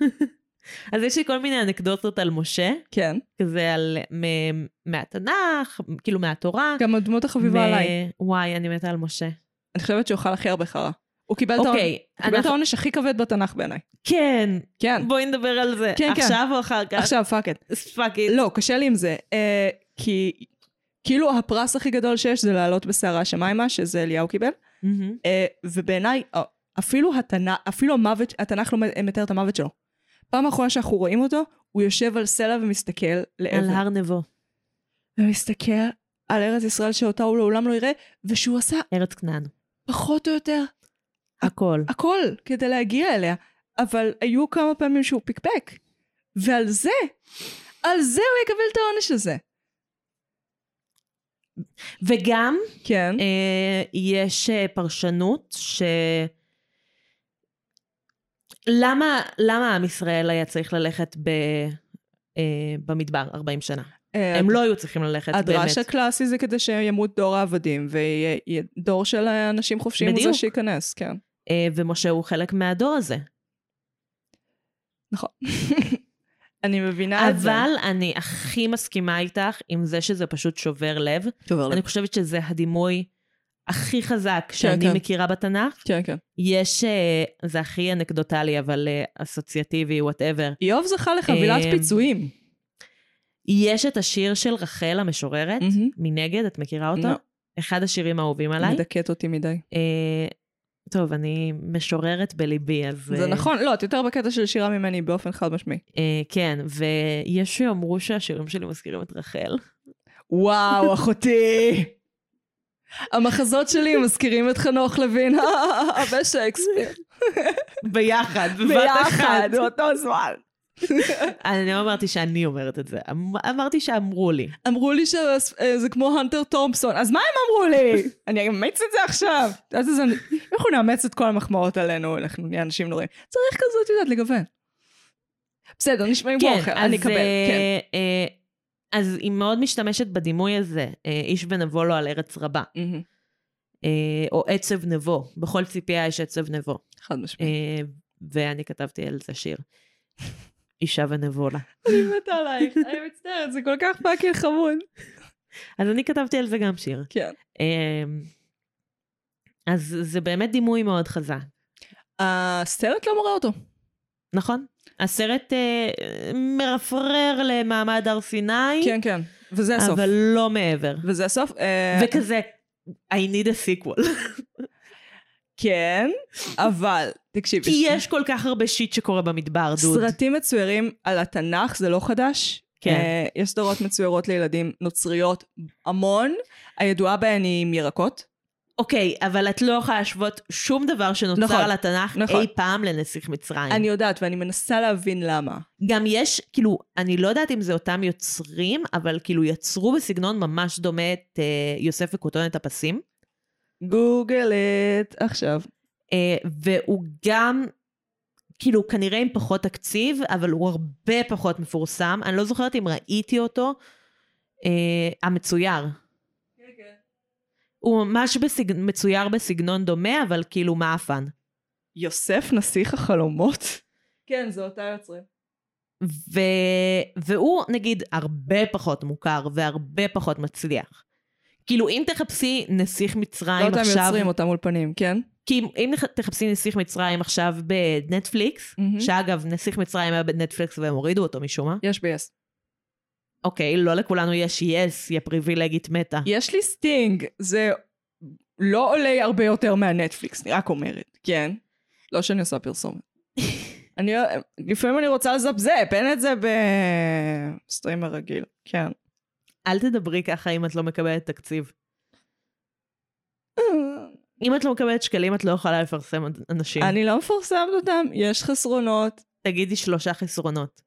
S1: אז יש לי כל מיני אנקדוטות על משה,
S2: כן.
S1: כזה על... מ- מהתנ"ך, כאילו מהתורה.
S2: גם הדמות החביבה
S1: מ-
S2: כן, עליי.
S1: וואי, אני מתה על משה. אני
S2: אני חושבת שהוא אכל הכי הרבה חרא. הוא קיבל את העונ-
S1: אוקיי,
S2: הוא קיבל את
S1: אנחנו-
S2: העונש הכי כבד בתנ"ך בעיניי.
S1: כן,
S2: כן.
S1: בואי נדבר על זה.
S2: כן, כן.
S1: עכשיו או אחר כך?
S2: עכשיו, פאק את.
S1: פאק איט.
S2: לא, קשה לי עם זה. אה, כי כאילו הפרס הכי גדול שיש זה לעלות בסערה השמיימה, שזה אליהו קיבל.
S1: מהמם.
S2: אה, ובעיניי, אה, אפילו התנ"ך, אפילו המוות, התנ"ך לא מתאר את המוות שלו. פעם האחרונה שאנחנו רואים אותו, הוא יושב על סלע ומסתכל לעבר.
S1: על הר נבו,
S2: ומסתכל על ארץ ישראל שאותה הוא לעולם לא יראה, ושהוא עשה
S1: ארץ כנען.
S2: פחות או יותר
S1: הכל.
S2: הכל כדי להגיע אליה, אבל היו כמה פעמים שהוא פיקפק. ועל זה, על זה הוא יקבל את העונש הזה.
S1: וגם
S2: כן.
S1: אה, יש אה, פרשנות ש... למה, למה עם ישראל היה צריך ללכת ב, אה, במדבר 40 שנה?
S2: אה, כן.
S1: הם לא היו צריכים ללכת באמת.
S2: הדרש הקלאסי זה כדי שימות דור העבדים, ודור של אנשים חופשיים הוא
S1: בדיוק.
S2: זה שייכנס, כן.
S1: אה, ומשה הוא חלק מהדור הזה.
S2: נכון. אני מבינה את כן, זה.
S1: אבל אני הכי מסכימה איתך עם זה שזה פשוט שובר לב.
S2: אבל...
S1: אני חושבת שזה הדימוי הכי חזק שאני
S2: כן.
S1: מכירה בתנ"ך.
S2: כן, כן.
S1: יש, אה, זה הכי אנקדוטלי, אבל אה, אסוציאטיבי, וואטאבר.
S2: איוב זכה לחבילת
S1: אה,
S2: פיצויים.
S1: יש את השיר של רחל המשוררת,
S2: מהמם.
S1: מנגד, את מכירה אותו?
S2: Mm. לא.
S1: אחד השירים האהובים עליי.
S2: מדכאת אותי מדי.
S1: אה, טוב, אני משוררת בליבי, אז...
S2: זה
S1: אה,
S2: נכון, לא, את יותר בקטע של שירה ממני באופן חד משמעי.
S1: אה, כן, ויש שיאמרו שהשירים שלי מזכירים את רחל.
S2: וואו, אחותי. המחזות שלי מזכירים את חנוך לוין ושייקספיר.
S1: ביחד,
S2: ביחד, באותו זמן.
S1: אני לא אמרתי שאני אומרת את זה, אמ- אמרתי שאמרו לי.
S2: אמרו לי שזה כמו הנטר תומפסון, אז מה הם אמרו לי? אני אאמץ את זה עכשיו. את יודעת איזה- אנחנו נאמץ את כל המחמאות עלינו, אנחנו נהיה אנשים נוראים. צריך כזה, את יודעת, לגוון. בסדר, נשמעים כמו אוכל, אני אקבל, כן.
S1: כן, אה, אה, אז היא מאוד משתמשת בדימוי הזה, אה, איש ונבו לו על ארץ רבה,
S2: מהמם,
S1: אה, או עצב נבו, בכל ציפייה יש עצב נבו.
S2: חד משמעית.
S1: אה, ואני כתבתי על זה שיר. אישה ונבולה.
S2: אני מתה עלייך, אני מצטערת, זה כל כך פאקינג חמוד.
S1: אז אני כתבתי על זה גם שיר.
S2: כן.
S1: אה, אז זה באמת דימוי מאוד חזק,
S2: הסרט לא מורה אותו.
S1: נכון? הסרט אה, מרפרר למעמד הר סיני,
S2: כן, כן. וזה הסוף.
S1: אבל לא מעבר.
S2: וזה הסוף. אה,
S1: וכזה, I need a sequel.
S2: כן, אבל, תקשיבי.
S1: כי יש כל כך הרבה שיט שקורה במדבר, דוד.
S2: סרטים מצוירים על התנ"ך, זה לא חדש.
S1: כן.
S2: אה, יש סדרות מצוירות לילדים נוצריות המון. הידועה בהן היא עם ירקות.
S1: אוקיי, אבל את לא יכולה להשוות שום דבר שנוצר
S2: נכון,
S1: על התנ"ך
S2: נכון.
S1: אי פעם לנסיך מצרים.
S2: אני יודעת, ואני מנסה להבין למה.
S1: גם יש, כאילו, אני לא יודעת אם זה אותם יוצרים, אבל כאילו יצרו בסגנון ממש דומה את אה, יוסף וכותונת הפסים.
S2: גוגל את עכשיו.
S1: אה, והוא גם, כאילו, כנראה עם פחות תקציב, אבל הוא הרבה פחות מפורסם. אני לא זוכרת אם ראיתי אותו, אה, המצויר.
S2: כן,
S1: הוא ממש בסג... מצויר בסגנון דומה, אבל כאילו מעפן.
S2: יוסף נסיך החלומות? כן, זו אותה יוצרים.
S1: ו... והוא נגיד הרבה פחות מוכר והרבה פחות מצליח. כאילו אם תחפשי נסיך
S2: לא
S1: מצרים
S2: אותם
S1: עכשיו,
S2: יוצרים, אותם אולפנים, כן?
S1: כי אם, אם נח- תחפשי נסיך מצרים עכשיו בנטפליקס,
S2: מהמם.
S1: שאגב נסיך מצרים היה בנטפליקס והם הורידו אותו משום מה,
S2: יש ביס.
S1: אוקיי לא לכולנו יש יס, היא הפריבילגית מתה.
S2: יש לי סטינג, זה לא עולה הרבה יותר מהנטפליקס, אני רק אומרת, כן? לא שאני עושה פרסומת. אני, לפעמים אני רוצה לזפזפ, אין את זה בסטרימר רגיל, כן.
S1: אל תדברי ככה אם את לא מקבלת תקציב. אם את לא מקבלת שקלים את לא יכולה לפרסם אנשים.
S2: אני לא מפרסמת אותם, יש חסרונות.
S1: תגידי שלושה חסרונות.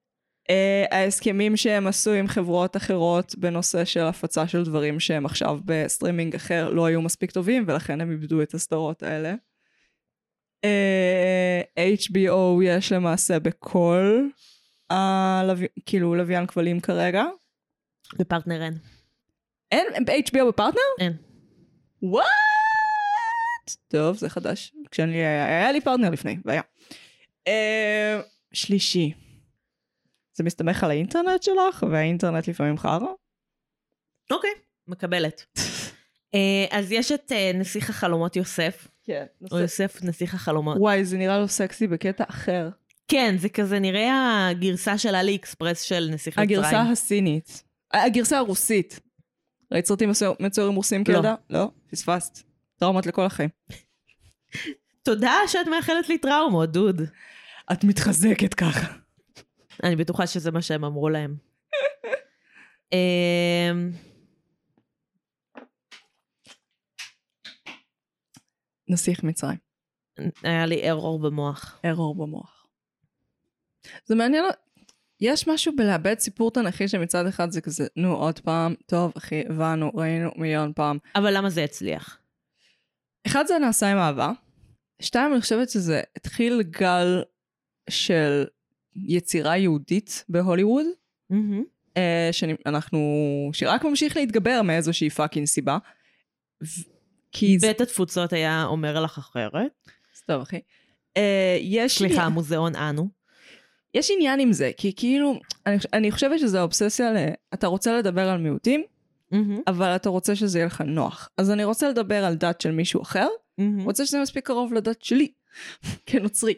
S2: אה, ההסכמים שהם עשו עם חברות אחרות בנושא של הפצה של דברים שהם עכשיו בסטרימינג אחר לא היו מספיק טובים ולכן הם איבדו את הסדרות האלה. אה, HBO יש למעשה בכל הלווי, כאילו לוויין כבלים כרגע.
S1: בפרטנר אין.
S2: אין HBO בפרטנר?
S1: אין.
S2: וואט? טוב, זה חדש. כשאני... היה לי פרטנר לפני, והיה. אה, שלישי. זה מסתמך על האינטרנט שלך, והאינטרנט לפעמים חרא?
S1: אוקיי. מקבלת. אה, אז יש את אה, נסיך החלומות יוסף,
S2: כן.
S1: או יוסף נסיך החלומות.
S2: וואי, זה נראה לא סקסי בקטע אחר.
S1: כן, זה כזה נראה הגרסה של עלי אקספרס של נסיך מצרים.
S2: הגרסה הסינית. אה, הגרסה הרוסית. ראית סרטים מצויר- מצוירים רוסים
S1: לא.
S2: כילדה? לא. פספסת. טראומות לכל החיים.
S1: תודה שאת מאחלת לי טראומות, דוד.
S2: את מתחזקת ככה.
S1: אני בטוחה שזה מה שהם אמרו להם. אמ,
S2: נסיך מצרים.
S1: היה לי ארור במוח.
S2: ארור במוח. זה מעניין, יש משהו בלאבד סיפור תנכי שמצד אחד זה כזה, נו עוד פעם, טוב אחי, הבנו, ראינו מיליון פעם.
S1: אבל למה זה הצליח?
S2: אחד זה נעשה עם אהבה, שתיים אני חושבת שזה התחיל גל של יצירה יהודית בהוליווד,
S1: מהמם.
S2: אה, שאנחנו, שרק ממשיך להתגבר מאיזושהי פאקינג סיבה. ו- כי זה...
S1: בית התפוצות היה אומר לך אחרת.
S2: סתיו אחי. אה, יש...
S1: סליחה,
S2: לי-
S1: המוזיאון אנו.
S2: יש עניין עם זה, כי כאילו, אני, חוש- אני חושבת שזו האובססיה ל... אתה רוצה לדבר על מיעוטים,
S1: מהמם,
S2: אבל אתה רוצה שזה יהיה לך נוח. אז אני רוצה לדבר על דת של מישהו אחר,
S1: מהמם.
S2: רוצה שזה מספיק קרוב לדת שלי, כנוצרי.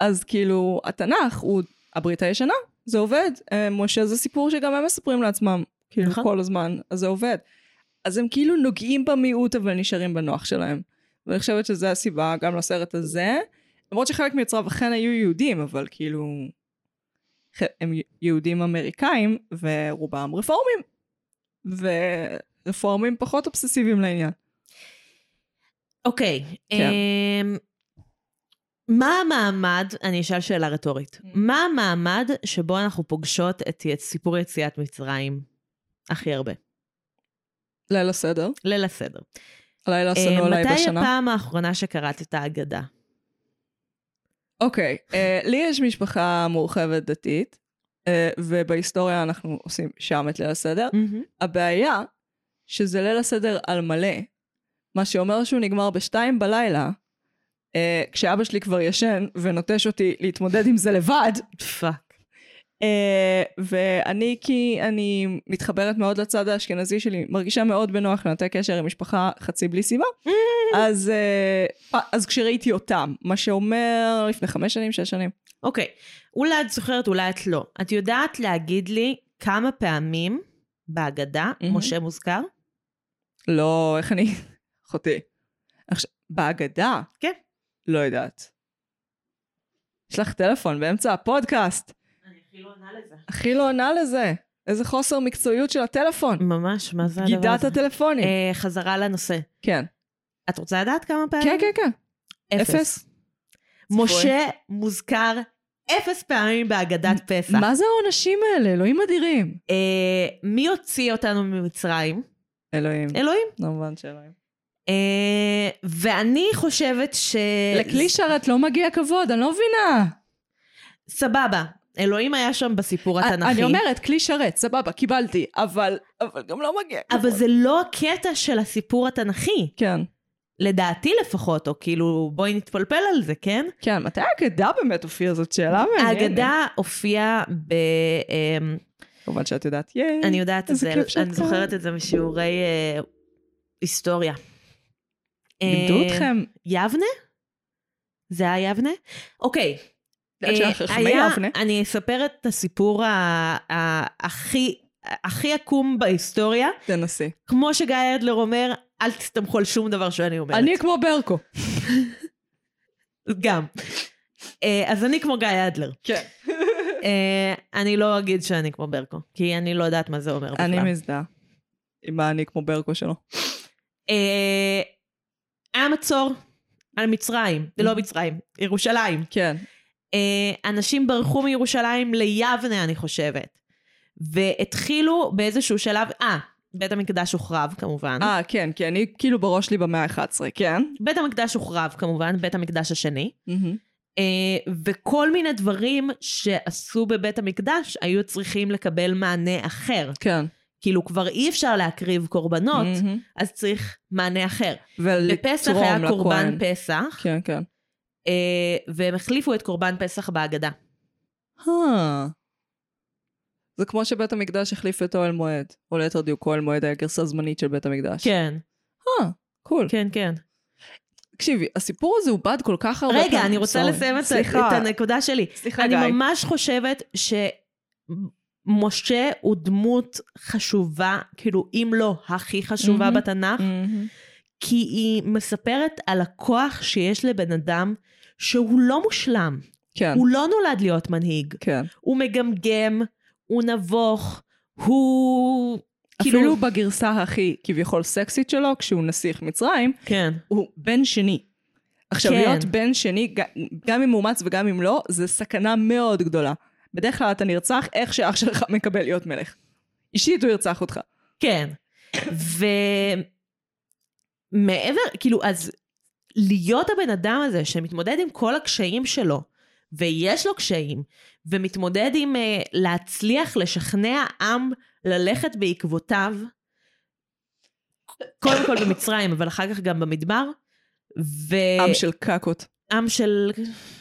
S2: אז כאילו, התנ"ך הוא הברית הישנה, זה עובד. אה, משה זה סיפור שגם הם מספרים לעצמם, כאילו,
S1: נכון.
S2: כל הזמן, אז זה עובד. אז הם כאילו נוגעים במיעוט, אבל נשארים בנוח שלהם. ואני חושבת שזו הסיבה גם לסרט הזה, למרות שחלק מיוצריו אכן היו יהודים, אבל כאילו... ח- הם יהודים אמריקאים, ורובם רפורמים. ורפורמים פחות אובססיביים לעניין.
S1: אוקיי.
S2: כן.
S1: אמ, מה המעמד, אני אשאל שאלה רטורית, מה המעמד שבו אנחנו פוגשות את י- סיפור יציאת מצרים הכי הרבה?
S2: ליל הסדר.
S1: ליל הסדר.
S2: הלילה
S1: אה,
S2: שנוא עליי
S1: מתי
S2: בשנה.
S1: הפעם האחרונה שקראת את ההגדה?
S2: אוקיי, אה, לי יש משפחה מורחבת דתית, אה, ובהיסטוריה אנחנו עושים שם את ליל הסדר. הבעיה, שזה ליל הסדר על מלא, מה שאומר שהוא נגמר בשתיים בלילה, אה, כשאבא שלי כבר ישן ונוטש אותי להתמודד עם זה לבד,
S1: פאק.
S2: אה, ואני, כי אני מתחברת מאוד לצד האשכנזי שלי, מרגישה מאוד בנוח לנתק קשר עם משפחה חצי בלי סיבה. אז, אה, פ- אז כשראיתי אותם, מה שאומר לפני חמש שנים, שש שנים.
S1: אוקיי, אולי את זוכרת, אולי את לא. את יודעת להגיד לי כמה פעמים בהגדה
S2: מהמם.
S1: משה מוזכר?
S2: לא, איך אני... אחותי. עכשיו, בהגדה?
S1: כן.
S2: לא יודעת. יש לך טלפון באמצע הפודקאסט. הכי לא עונה לזה. איזה חוסר מקצועיות של הטלפון.
S1: ממש, מה זה הדבר הזה?
S2: גידת הטלפונים.
S1: אה, חזרה לנושא.
S2: כן.
S1: את רוצה לדעת כמה פעמים?
S2: כן, כן, כן. אפס.
S1: משה מוזכר אפס פעמים בהגדת פסח.
S2: מה זה העונשים האלה? אלוהים אדירים.
S1: אה, מי הוציא אותנו ממצרים?
S2: אלוהים.
S1: אלוהים.
S2: כמובן שאלוהים.
S1: אה, ואני חושבת ש...
S2: לכלי שרת לא מגיע כבוד, אני לא מבינה.
S1: סבבה. אלוהים היה שם בסיפור התנ"כי.
S2: אה, אני אומרת, כלי שרת, סבבה, קיבלתי, אבל אבל גם לא מגיע
S1: אבל זה לא הקטע של הסיפור התנ"כי.
S2: כן.
S1: לדעתי לפחות, או כאילו בואי נתפלפל על זה, כן?
S2: כן, מתי האגדה באמת הופיעה? זאת שאלה מעניינת.
S1: האגדה הופיעה ב... אמ,
S2: כמובן שאת יודעת, ייי.
S1: אני יודעת את
S2: איזה
S1: זה,
S2: כיף שאת
S1: אני
S2: כאן.
S1: זוכרת את זה משיעורי אה, היסטוריה.
S2: לימדו
S1: אה,
S2: אתכם?
S1: יבנה? זה היה יבנה? אוקיי.
S2: את יודעת
S1: אה,
S2: שהחכמי
S1: היה-
S2: יבנה?
S1: אני אספר את הסיפור ה- ה- הכי... הכי עקום בהיסטוריה,
S2: תנסי.
S1: כמו שגיא אדלר אומר, אל תסתמכו על שום דבר שאני אומרת.
S2: אני כמו ברקו.
S1: גם. אה, אז אני כמו גיא אדלר.
S2: כן.
S1: אה, אני לא אגיד שאני כמו ברקו, כי אני לא יודעת מה זה אומר בכלל.
S2: אני מזדהה. עם האני כמו ברקו שלו.
S1: אה, היה מצור על מצרים, זה לא מצרים, ירושלים.
S2: כן.
S1: אה, אנשים ברחו מירושלים ליבנה, אני חושבת. והתחילו באיזשהו שלב, אה, בית המקדש הוחרב כמובן.
S2: אה, כן, כי אני כאילו בראש שלי במאה ה-11, כן?
S1: בית המקדש הוחרב כמובן, בית המקדש השני. אה, וכל מיני דברים שעשו בבית המקדש היו צריכים לקבל מענה אחר.
S2: כן.
S1: כאילו כבר אי אפשר להקריב קורבנות,
S2: מהמם.
S1: אז צריך מענה אחר. בפסח
S2: ולתרום
S1: היה קורבן
S2: לכהן.
S1: פסח,
S2: כן, כן.
S1: אה, והם החליפו את קורבן פסח בהגדה.
S2: אה. זה כמו שבית המקדש החליף את אוהל מועד, או ליתר דיוק, אוהל מועד היה גרסה זמנית של בית המקדש.
S1: כן,
S2: אה, קול.
S1: כן, כן.
S2: תקשיבי, הסיפור הזה עובד כל כך הרבה
S1: רגע, אני רוצה
S2: Sorry.
S1: לסיים את,
S2: סליחה.
S1: את הנקודה שלי.
S2: סליחה,
S1: אני
S2: גיא.
S1: ממש חושבת שמשה הוא דמות חשובה, כאילו, אם לא הכי חשובה
S2: מהמם.
S1: בתנ"ך,
S2: מהמם.
S1: כי היא מספרת על הכוח שיש לבן אדם שהוא לא מושלם.
S2: כן,
S1: הוא לא נולד להיות מנהיג.
S2: כן.
S1: הוא מגמגם, הוא נבוך, הוא... כאילו-
S2: אפילו בגרסה הכי כביכול סקסית שלו, כשהוא נסיך מצרים,
S1: כן.
S2: הוא בן שני. עכשיו,
S1: כן.
S2: להיות בן שני, ג- גם אם מאומץ וגם אם לא, זה סכנה מאוד גדולה. בדרך כלל אתה נרצח איך שאח שלך מקבל להיות מלך. אישית הוא ירצח אותך.
S1: כן. ומעבר, כאילו, אז להיות הבן אדם הזה שמתמודד עם כל הקשיים שלו, ויש לו קשיים, ומתמודד עם אה, להצליח לשכנע עם ללכת בעקבותיו, קודם כל במצרים, אבל אחר כך גם במדבר, ו...
S2: עם של קקות.
S1: עם של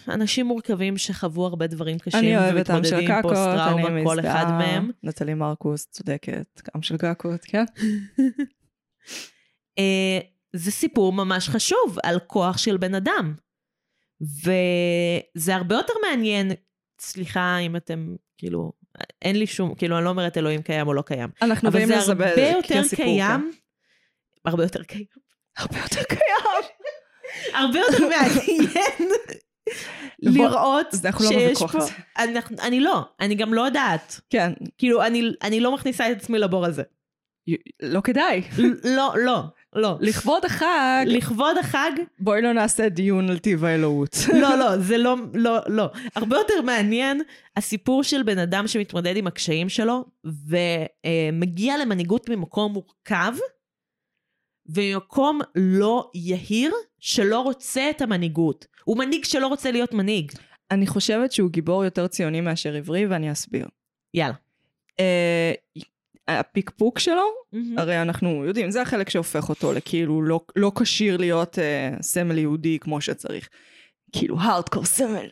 S1: אנשים מורכבים שחוו הרבה דברים קשים,
S2: אני אוהבת עם של
S1: ומתמודדים עם
S2: קקות, אני
S1: פוסט-טראומה,
S2: מזדהה.
S1: כל אחד מהם.
S2: נטלי מרקוס צודקת, עם של קקות, כן?
S1: אה, זה סיפור ממש חשוב על כוח של בן אדם. וזה הרבה יותר מעניין, סליחה אם אתם, כאילו, אין לי שום, כאילו, אני לא אומרת אלוהים קיים או לא קיים.
S2: אנחנו
S1: אבל
S2: באים
S1: זה
S2: לסבל,
S1: הרבה יותר
S2: כסיפור,
S1: קיים, הרבה יותר קיים,
S2: כן. הרבה יותר קיים.
S1: הרבה יותר מעניין
S2: בוא,
S1: לראות
S2: אז אנחנו לא
S1: שיש
S2: בוויכוח
S1: פה,
S2: הזה.
S1: אנחנו- אני לא, אני גם לא יודעת.
S2: כן,
S1: כאילו, אני- אני לא מכניסה את עצמי לבור הזה.
S2: י- לא כדאי.
S1: לא, לא, לא.
S2: לכבוד החג,
S1: לכבוד החג,
S2: בואי לא נעשה דיון על טיב האלוהות.
S1: לא, לא, זה לא, לא, לא. הרבה יותר מעניין הסיפור של בן אדם שמתמודד עם הקשיים שלו ומגיע למנהיגות ממקום מורכב וממקום לא יהיר שלא רוצה את המנהיגות. הוא מנהיג שלא רוצה להיות מנהיג.
S2: אני חושבת שהוא גיבור יותר ציוני מאשר עברי, ואני אסביר.
S1: יאללה.
S2: אה, הפקפוק שלו, הרי אנחנו יודעים, זה החלק שהופך אותו לכאילו לא- לא כשיר להיות אה, סמל יהודי כמו שצריך. כאילו הארדקור סמל.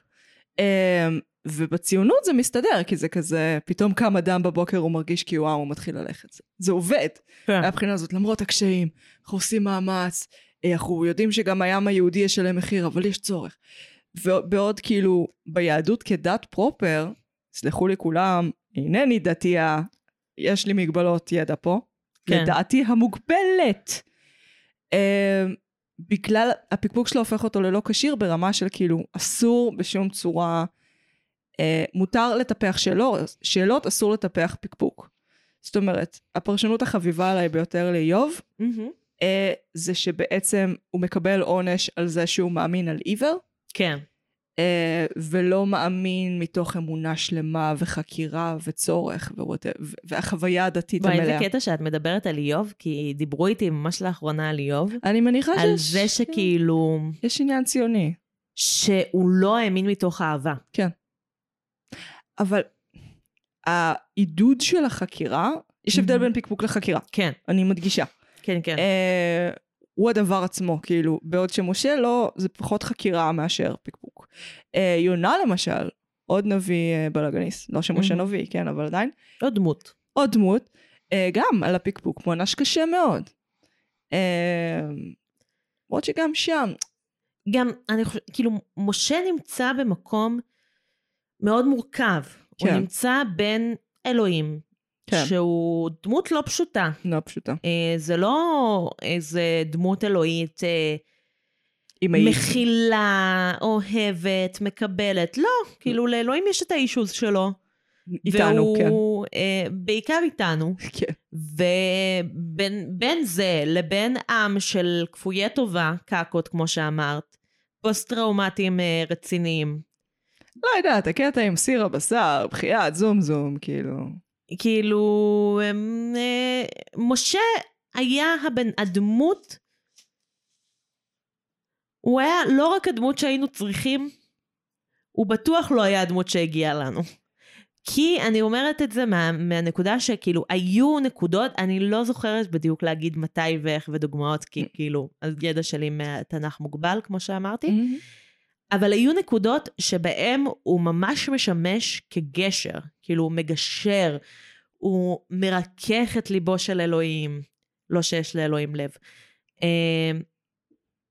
S2: אה, ובציונות זה מסתדר, כי זה כזה, פתאום קם אדם בבוקר, הוא מרגיש כי וואו, הוא מתחיל ללכת. זה- זה עובד.
S1: כן.
S2: מהבחינה הזאת, למרות הקשיים, אנחנו עושים מאמץ, אה, אנחנו יודעים שגם הים היהודי ישלם מחיר, אבל יש צורך. ובעוד כאילו, ביהדות כדת פרופר, סלחו לי כולם, אינני דתייה, יש לי מגבלות ידע פה,
S1: כן.
S2: כן. לדעתי המוגבלת. אה, בגלל הפקפוק שלו הופך אותו ללא כשיר ברמה של כאילו אסור בשום צורה, אה, מותר לטפח שאלות, שאלות אסור לטפח פקפוק. זאת אומרת, הפרשנות החביבה עליי ביותר לאיוב,
S1: מהמם.
S2: אה, זה שבעצם הוא מקבל עונש על זה שהוא מאמין על עיוור,
S1: כן.
S2: אה, ולא מאמין מתוך אמונה שלמה וחקירה וצורך ווואטאב, והחוויה הדתית
S1: וואי, איזה
S2: המלאה.
S1: קטע שאת מדברת על איוב, כי דיברו איתי ממש לאחרונה על איוב,
S2: אני מניחה
S1: על
S2: שיש... כן,
S1: זה שכאילו,
S2: יש עניין ציוני,
S1: שהוא לא האמין מתוך אהבה.
S2: אבל העידוד של החקירה, יש הבדל בין פקפוק לחקירה,
S1: כן,
S2: אני מדגישה.
S1: כן, כן.
S2: אה, הוא הדבר עצמו, כאילו, בעוד שמשה לא, זה פחות חקירה מאשר פקפוק. אה, יונה למשל, עוד נביא אה, בלאגניסט, לא שמשה
S1: מהמם.
S2: נביא, כן, אבל עדיין,
S1: עוד לא דמות.
S2: עוד דמות, אה, גם על הפקפוק, מוענש קשה מאוד. אה, למרות שגם שם,
S1: גם, אני חושבת, כאילו, משה נמצא במקום מאוד מורכב. כן. הוא
S2: כן.
S1: נמצא בין אלוהים,
S2: כן.
S1: כן. שהוא דמות לא פשוטה.
S2: לא פשוטה.
S1: אה, זה לא איזה דמות אלוהית אה,
S2: עם האי-
S1: מכילה, אוהבת, מקבלת. לא, כאילו, לאלוהים יש את האישוז שלו.
S2: איתנו, כן.
S1: והוא, אה, בעיקר איתנו.
S2: כן.
S1: ובין בין זה לבין עם של כפויי טובה, קקות, כמו שאמרת, פוסט-טראומטיים אה, רציניים,
S2: לא יודעת, הקטע עם סיר הבשר, בחייאת, זום זום, כאילו.
S1: כאילו, הם, אה, משה היה הבן, הדמות, הוא היה לא רק הדמות שהיינו צריכים, הוא בטוח לא היה הדמות שהגיעה לנו. כי אני אומרת את זה מה, מהנקודה שכאילו, היו נקודות, אני לא זוכרת בדיוק להגיד מתי ואיך ודוגמאות, כי כאילו, הידע שלי מהתנ"ך מוגבל, כמו שאמרתי.
S2: Mm-hmm.
S1: אבל היו נקודות שבהן הוא ממש משמש כגשר, כאילו הוא מגשר, הוא מרכך את ליבו של אלוהים, לא שיש לאלוהים לב. אה,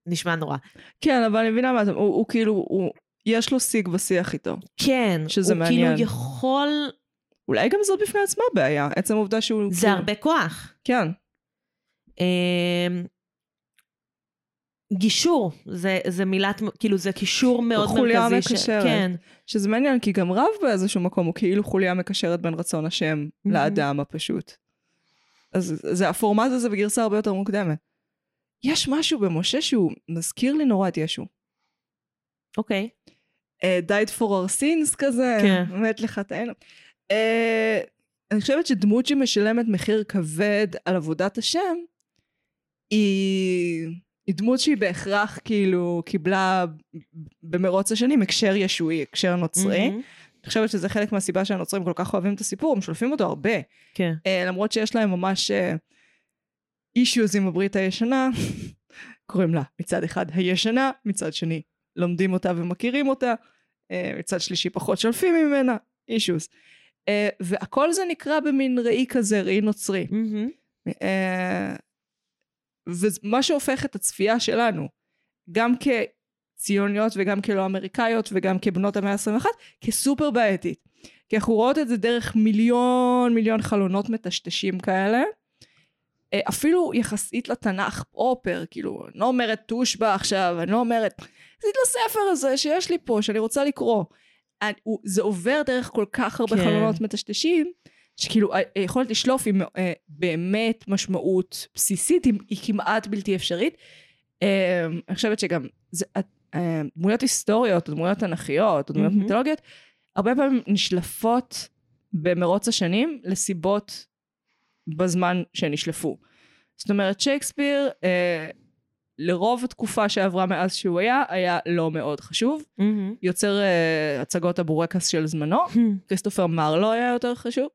S1: נשמע נורא.
S2: כן, אבל אני מבינה מה זה, הוא הוא כאילו, הוא- יש לו שיג ושיח איתו.
S1: כן,
S2: שזה
S1: הוא
S2: מעניין.
S1: כאילו יכול,
S2: אולי גם זאת בפני עצמה בעיה, עצם העובדה שהוא...
S1: זה
S2: כאילו-
S1: הרבה כוח.
S2: כן,
S1: אה, גישור, זה, זה מילת, כאילו זה קישור מאוד מרכזי.
S2: חוליה
S1: ש-
S2: מקשרת.
S1: כן,
S2: שזה מעניין, כי גם רב באיזשהו מקום הוא כאילו חוליה מקשרת בין רצון השם
S1: Mhm.
S2: לאדם הפשוט. אז זה, הפורמט הזה בגרסה הרבה יותר מוקדמת. יש משהו במשה שהוא מזכיר לי נורא את ישו. אה,
S1: אוקיי.
S2: דייד פור ארסינס כזה,
S1: כן.
S2: מת לחטאינו. אה, אני חושבת שדמות שמשלמת מחיר כבד על עבודת השם, היא, היא דמות שהיא בהכרח כאילו קיבלה במרוץ השנים הקשר ישועי, הקשר נוצרי.
S1: מהמם.
S2: אני חושבת שזה חלק מהסיבה שהנוצרים כל כך אוהבים את הסיפור, הם שולפים אותו הרבה.
S1: כן.
S2: אה, למרות שיש להם ממש אישיוז עם הברית הישנה, קוראים לה מצד אחד הישנה, מצד שני לומדים אותה ומכירים אותה, אה, מצד שלישי פחות שולפים ממנה, אישיוז. אה, והכל זה נקרא במין ראי כזה, ראי נוצרי.
S1: מהמם.
S2: אה, ומה שהופך את הצפייה שלנו, גם כציוניות וגם כלא אמריקאיות וגם כבנות המאה ה-21, כסופר בעייתית. כי אנחנו רואות את זה דרך מיליון מיליון חלונות מטשטשים כאלה. אה, אפילו יחסית לתנ"ך פרופר, כאילו, אני לא אומרת טוש בה עכשיו, אני לא אומרת... יחסית לספר הזה שיש לי פה, שאני רוצה לקרוא. אני, הוא, זה עובר דרך כל כך הרבה
S1: כן.
S2: כן. חלונות מטשטשים, שכאילו ה- היכולת לשלוף היא מא- אה, באמת משמעות בסיסית, היא, היא כמעט בלתי אפשרית. אה, אני חושבת שגם זה, אה, דמויות היסטוריות, או דמויות תנכיות, או דמויות
S1: מהמם.
S2: מיתולוגיות, הרבה פעמים נשלפות במרוץ השנים לסיבות בזמן שנשלפו. זאת אומרת, שייקספיר, אה, לרוב התקופה שעברה מאז שהוא היה, היה לא מאוד חשוב.
S1: מהמם.
S2: יוצר uh, הצגות הבורקס של זמנו, כריסטופר מרלו היה יותר חשוב.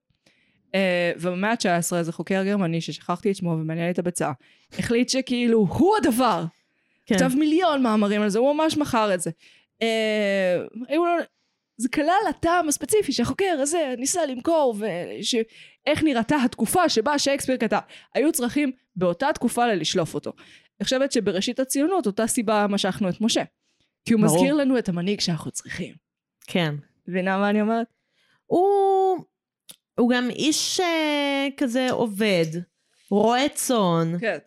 S2: Uh, ובמאה ה-19 איזה חוקר גרמני ששכחתי את שמו ומעניין לי את הביצה, החליט שכאילו הוא הדבר,
S1: כן.
S2: כתב מיליון מאמרים על זה, הוא ממש מכר את זה. אה, היו לו... זה כלל הטעם הספציפי שהחוקר הזה ניסה למכור, ואיך נראתה התקופה שבה שייקספיר כתב. היו צריכים באותה תקופה לשלוף אותו. אני חושבת שבראשית הציונות, אותה סיבה משכנו את משה. כי הוא
S1: ברור.
S2: מזכיר לנו את המנהיג שאנחנו צריכים.
S1: כן.
S2: מבינה מה אני אומרת?
S1: הוא, הוא גם איש אה, כזה עובד, רועה צאן.
S2: כן.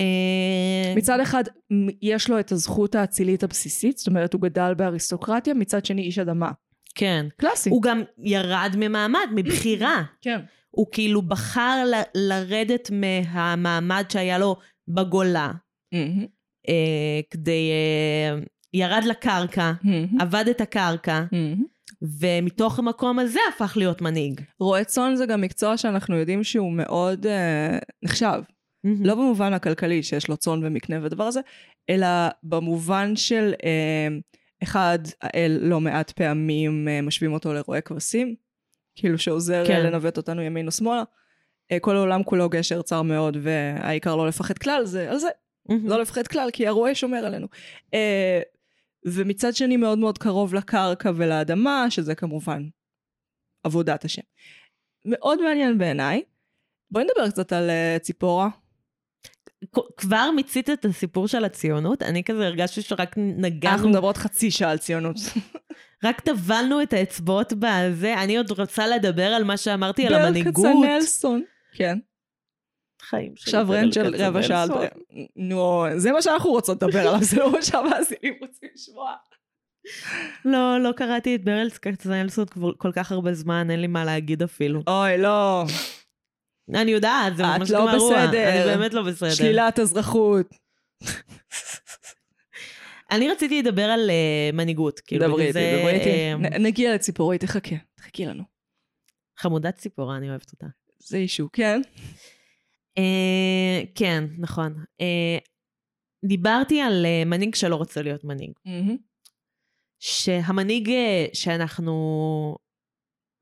S1: אה,
S2: מצד אחד, מ- יש לו את הזכות האצילית הבסיסית, זאת אומרת, הוא גדל באריסטוקרטיה, מצד שני, איש אדמה.
S1: כן.
S2: קלאסי.
S1: הוא גם ירד ממעמד, מבחירה.
S2: כן.
S1: הוא כאילו בחר ל- לרדת מהמעמד שהיה לו בגולה, אה, כדי... אה, ירד לקרקע, עבד את הקרקע, ומתוך המקום הזה הפך להיות מנהיג.
S2: רועה צאן זה גם מקצוע שאנחנו יודעים שהוא מאוד אה, נחשב. לא במובן הכלכלי שיש לו צאן ומקנה ודבר הזה, אלא במובן של אה, אחד, האל לא מעט פעמים אה, משווים אותו לרועה כבשים, כאילו שעוזר
S1: כן.
S2: כן. לנווט אותנו אה, ימין או שמאלה. אה, כל העולם כולו גשר צר מאוד והעיקר לא לפחד כלל, זה על זה. לא לפחד כלל, כי הרועה שומר עלינו. אה, ומצד שני מאוד מאוד קרוב לקרקע ולאדמה, שזה כמובן עבודת השם. מאוד מעניין בעיניי. בואי נדבר קצת על אה, ציפורה.
S1: כ- כבר מיצית את הסיפור של הציונות? אני כזה הרגשתי שרק
S2: אנחנו
S1: נגענו,
S2: מדברות חצי שעה על ציונות.
S1: רק טבלנו את האצבעות בזה. אני עוד רוצה לדבר על מה שאמרתי, על
S2: ברל
S1: המנהיגות.
S2: כצנלסון. כן.
S1: חיים שלי,
S2: עכשיו
S1: ברל
S2: רנט של
S1: כצנלסון.
S2: רבע שעה. על- נו, זה מה שאנחנו רוצות לדבר עליו, זה לא מה שהמאזינים רוצים לשמוע.
S1: לא, לא קראתי את ברל כצנלסון כבר כל כך הרבה זמן, אין לי מה להגיד אפילו.
S2: אוי, לא.
S1: אני יודעת, זה
S2: את
S1: ממש
S2: לא
S1: גרוע.
S2: בסדר.
S1: אני באמת לא בסדר.
S2: שלילת אזרחות.
S1: אני רציתי לדבר על uh, מנהיגות. כאילו,
S2: דברי
S1: בגלל
S2: איתי,
S1: זה,
S2: דברי
S1: אמ,
S2: איתי. נ- נגיע לציפורי, תחכה. תחכי לנו.
S1: חמודת ציפורה, אני אוהבת אותה.
S2: זה אישו, כן?
S1: Uh, כן, נכון. Uh, דיברתי על uh, מנהיג שלא רוצה להיות מנהיג. שהמנהיג אה, שאנחנו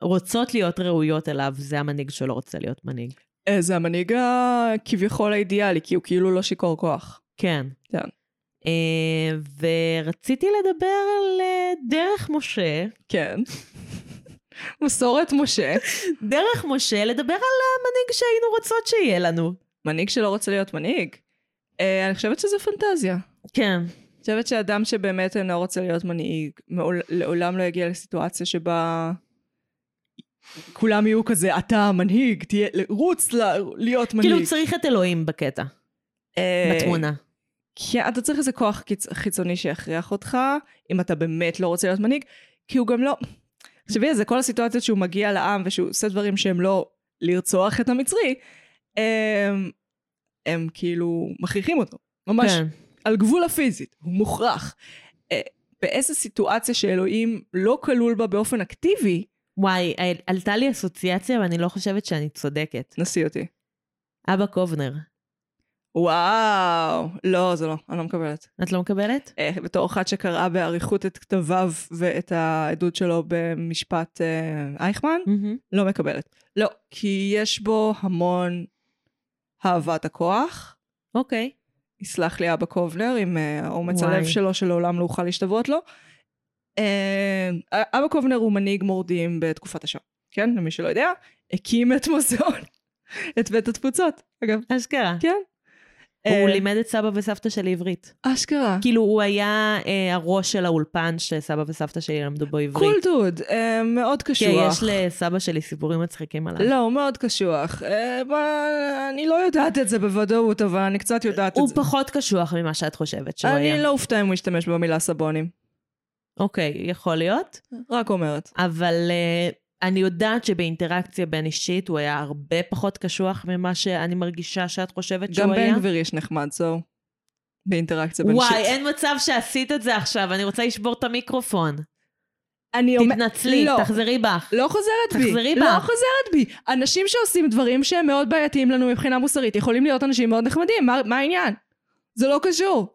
S1: רוצות להיות ראויות אליו, זה המנהיג שלא רוצה להיות מנהיג.
S2: אה, זה המנהיג הכביכול האידיאלי, כי הוא כאילו לא שיכור כוח.
S1: כן.
S2: כן.
S1: אה, ורציתי לדבר על אה, דרך משה.
S2: כן. מסורת משה.
S1: דרך משה לדבר על המנהיג שהיינו רוצות שיהיה לנו.
S2: מנהיג שלא רוצה להיות מנהיג. אה, אני חושבת שזה פנטזיה.
S1: כן.
S2: אני חושבת שאדם שבאמת אינו רוצה להיות מנהיג, מעול, לעולם לא יגיע לסיטואציה שבה כולם יהיו כזה, אתה המנהיג, תהיה, רוץ ל, להיות מנהיג.
S1: כאילו צריך את אלוהים בקטע,
S2: אה,
S1: בתמונה.
S2: כי אתה צריך איזה כוח קיצ... חיצוני שיכריח אותך, אם אתה באמת לא רוצה להיות מנהיג, כי הוא גם לא... תחשבי, זה כל הסיטואציות שהוא מגיע לעם ושהוא עושה דברים שהם לא לרצוח את המצרי, הם, הם כאילו מכריחים אותו, ממש
S1: כן.
S2: על גבול הפיזית, הוא מוכרח. אה, באיזה סיטואציה שאלוהים לא כלול בה באופן אקטיבי,
S1: וואי, על- עלתה לי אסוציאציה ואני לא חושבת שאני צודקת.
S2: נשיא אותי.
S1: אבא קובנר,
S2: וואו, לא, זה לא, אני לא מקבלת.
S1: את לא מקבלת?
S2: אה, בתור אחת שקראה באריכות את כתביו ואת העדות שלו במשפט אה, אייכמן,
S1: מהמם.
S2: לא מקבלת. לא, כי יש בו המון אהבת הכוח.
S1: אוקיי.
S2: יסלח לי אבא קובלר עם אה, אומץ
S1: וואי.
S2: הלב שלו שלעולם לא אוכל להשתוות לו. אה, אבא קובלר הוא מנהיג מורדים בתקופת השואה, כן? למי שלא יודע, הקים את מוזיאון, את בית התפוצות, אגב.
S1: אשכרה.
S2: כן.
S1: הוא
S2: אה,
S1: לימד את סבא וסבתא שלי עברית.
S2: אשכרה.
S1: כאילו, הוא היה אה, הראש של האולפן שסבא וסבתא שלי למדו בו עברית.
S2: קול דוד, אה, מאוד
S1: כי
S2: קשוח.
S1: יש לסבא שלי סיפורים מצחיקים עליו.
S2: לא, הוא מאוד קשוח. אה, ב- אני לא יודעת את זה בוודאות, אבל אני קצת יודעת את
S1: הוא
S2: זה.
S1: פחות קשוח ממה שאת חושבת שהוא היה.
S2: אני לא אופתע אם הוא ישתמש במילה סבונים.
S1: אוקיי, יכול להיות.
S2: רק אומרת.
S1: אבל uh, אני יודעת שבאינטראקציה בין אישית הוא היה הרבה פחות קשוח ממה שאני מרגישה שאת חושבת
S2: גם
S1: שהוא היה.
S2: בן גביר יש נחמד, זו. באינטראקציה בין שיט.
S1: וואי, אין מצב שעשית את זה עכשיו, אני רוצה לשבור את המיקרופון.
S2: אני אומר-
S1: תתנצלי,
S2: לא,
S1: תחזרי בך.
S2: לא חוזרת בי.
S1: תחזרי
S2: לא
S1: בך.
S2: חוזרת בי. אנשים שעושים דברים שהם מאוד בעייתיים לנו מבחינה מוסרית, יכולים להיות אנשים מאוד נחמדים, מה- מה העניין? זה לא קשור.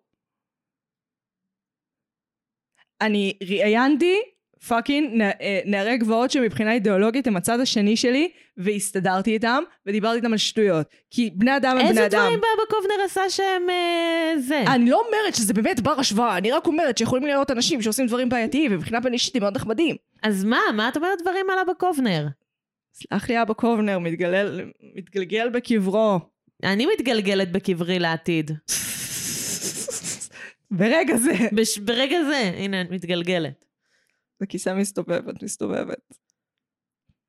S2: אני ראיינתי פאקינג נ- אה, נערי גבעות שמבחינה אידיאולוגית הם הצד השני שלי, והסתדרתי איתם, ודיברתי איתם על שטויות. כי בני אדם הם בני
S1: איזה
S2: אדם.
S1: דברים באבא קובנר עשה שהם אה, זה?
S2: אני לא אומרת שזה באמת בר השוואה, אני רק אומרת שיכולים להיות אנשים שעושים דברים בעייתיים, ומבחינה בין אישית הם מאוד נחמדים.
S1: אז מה, מה את אומרת דברים על אבא קובנר?
S2: סלח לי אבא קובנר, מתגלל, מתגלגל בקברו.
S1: אני מתגלגלת בקברי לעתיד.
S2: ברגע זה.
S1: בש... ברגע זה, הנה, את מתגלגלת.
S2: הכיסא מסתובב, את מסתובבת.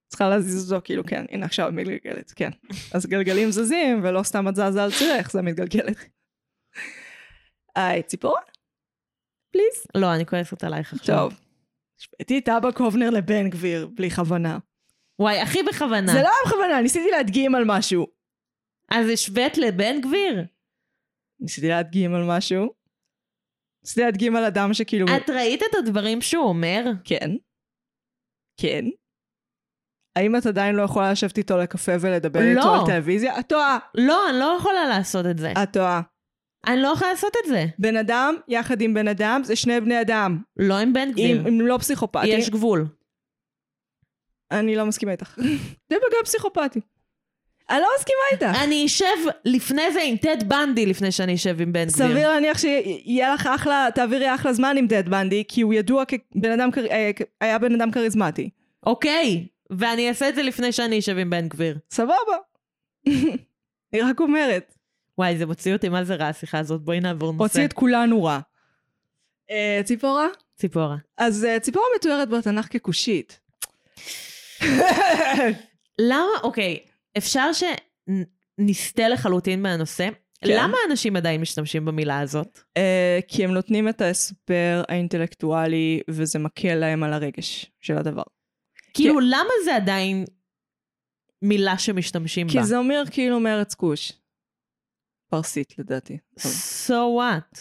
S2: צריכה להזיז אותו, כאילו, כן, הנה עכשיו מתגלגלת, כן. אז גלגלים זזים, ולא סתם את זזה על צירך, זה מתגלגלת. היי, ציפורה? פליז.
S1: לא, אני כועסת עלייך עכשיו.
S2: טוב. השוויתי את אבא קובנר לבן גביר, בלי כוונה.
S1: וואי, הכי בכוונה.
S2: זה לא היה בכוונה, ניסיתי להדגים על משהו.
S1: אז השווית לבן גביר?
S2: ניסיתי להדגים על משהו. ניסיתי להדגים על אדם שכאילו...
S1: את ראית את הדברים שהוא אומר?
S2: כן. כן. האם את עדיין לא יכולה לשבת איתו לקפה ולדבר
S1: לא.
S2: איתו על טלוויזיה? את טועה.
S1: לא, אני לא יכולה לעשות את זה.
S2: את טועה.
S1: אני לא יכולה לעשות את זה.
S2: בן אדם יחד עם בן אדם זה שני בני אדם.
S1: לא עם בן גביר.
S2: אם, אם לא פסיכופטי.
S1: יש גבול.
S2: אני לא מסכימה איתך. זה גם פסיכופטי. אני לא מסכימה איתך.
S1: אני אשב לפני זה עם טד בנדי לפני שאני אשב עם בן גביר.
S2: סביר להניח שיהיה לך אחלה, תעבירי אחלה זמן עם דד בנדי, כי הוא ידוע כבן אדם, כר- אה, כ- היה בן אדם כריזמטי.
S1: אוקיי, ואני אעשה את זה לפני שאני אשב עם בן גביר.
S2: סבבה. אני רק אומרת.
S1: וואי, זה מוציא אותי, מה זה רע השיחה הזאת? בואי נעבור נושא.
S2: הוציא את כולנו רע. אה, ציפורה?
S1: ציפורה.
S2: אז אה, ציפורה מתוארת בתנ"ך ככושית.
S1: למה, אוקיי, אפשר שנסטה לחלוטין מהנושא?
S2: כן.
S1: למה אנשים עדיין משתמשים במילה הזאת?
S2: אה, כי הם נותנים את ההסבר האינטלקטואלי, וזה מקל להם על הרגש של הדבר.
S1: כאילו, למה זה עדיין מילה שמשתמשים בה?
S2: כי זה אומר כאילו מארץ כוש. פרסית לדעתי.
S1: So what?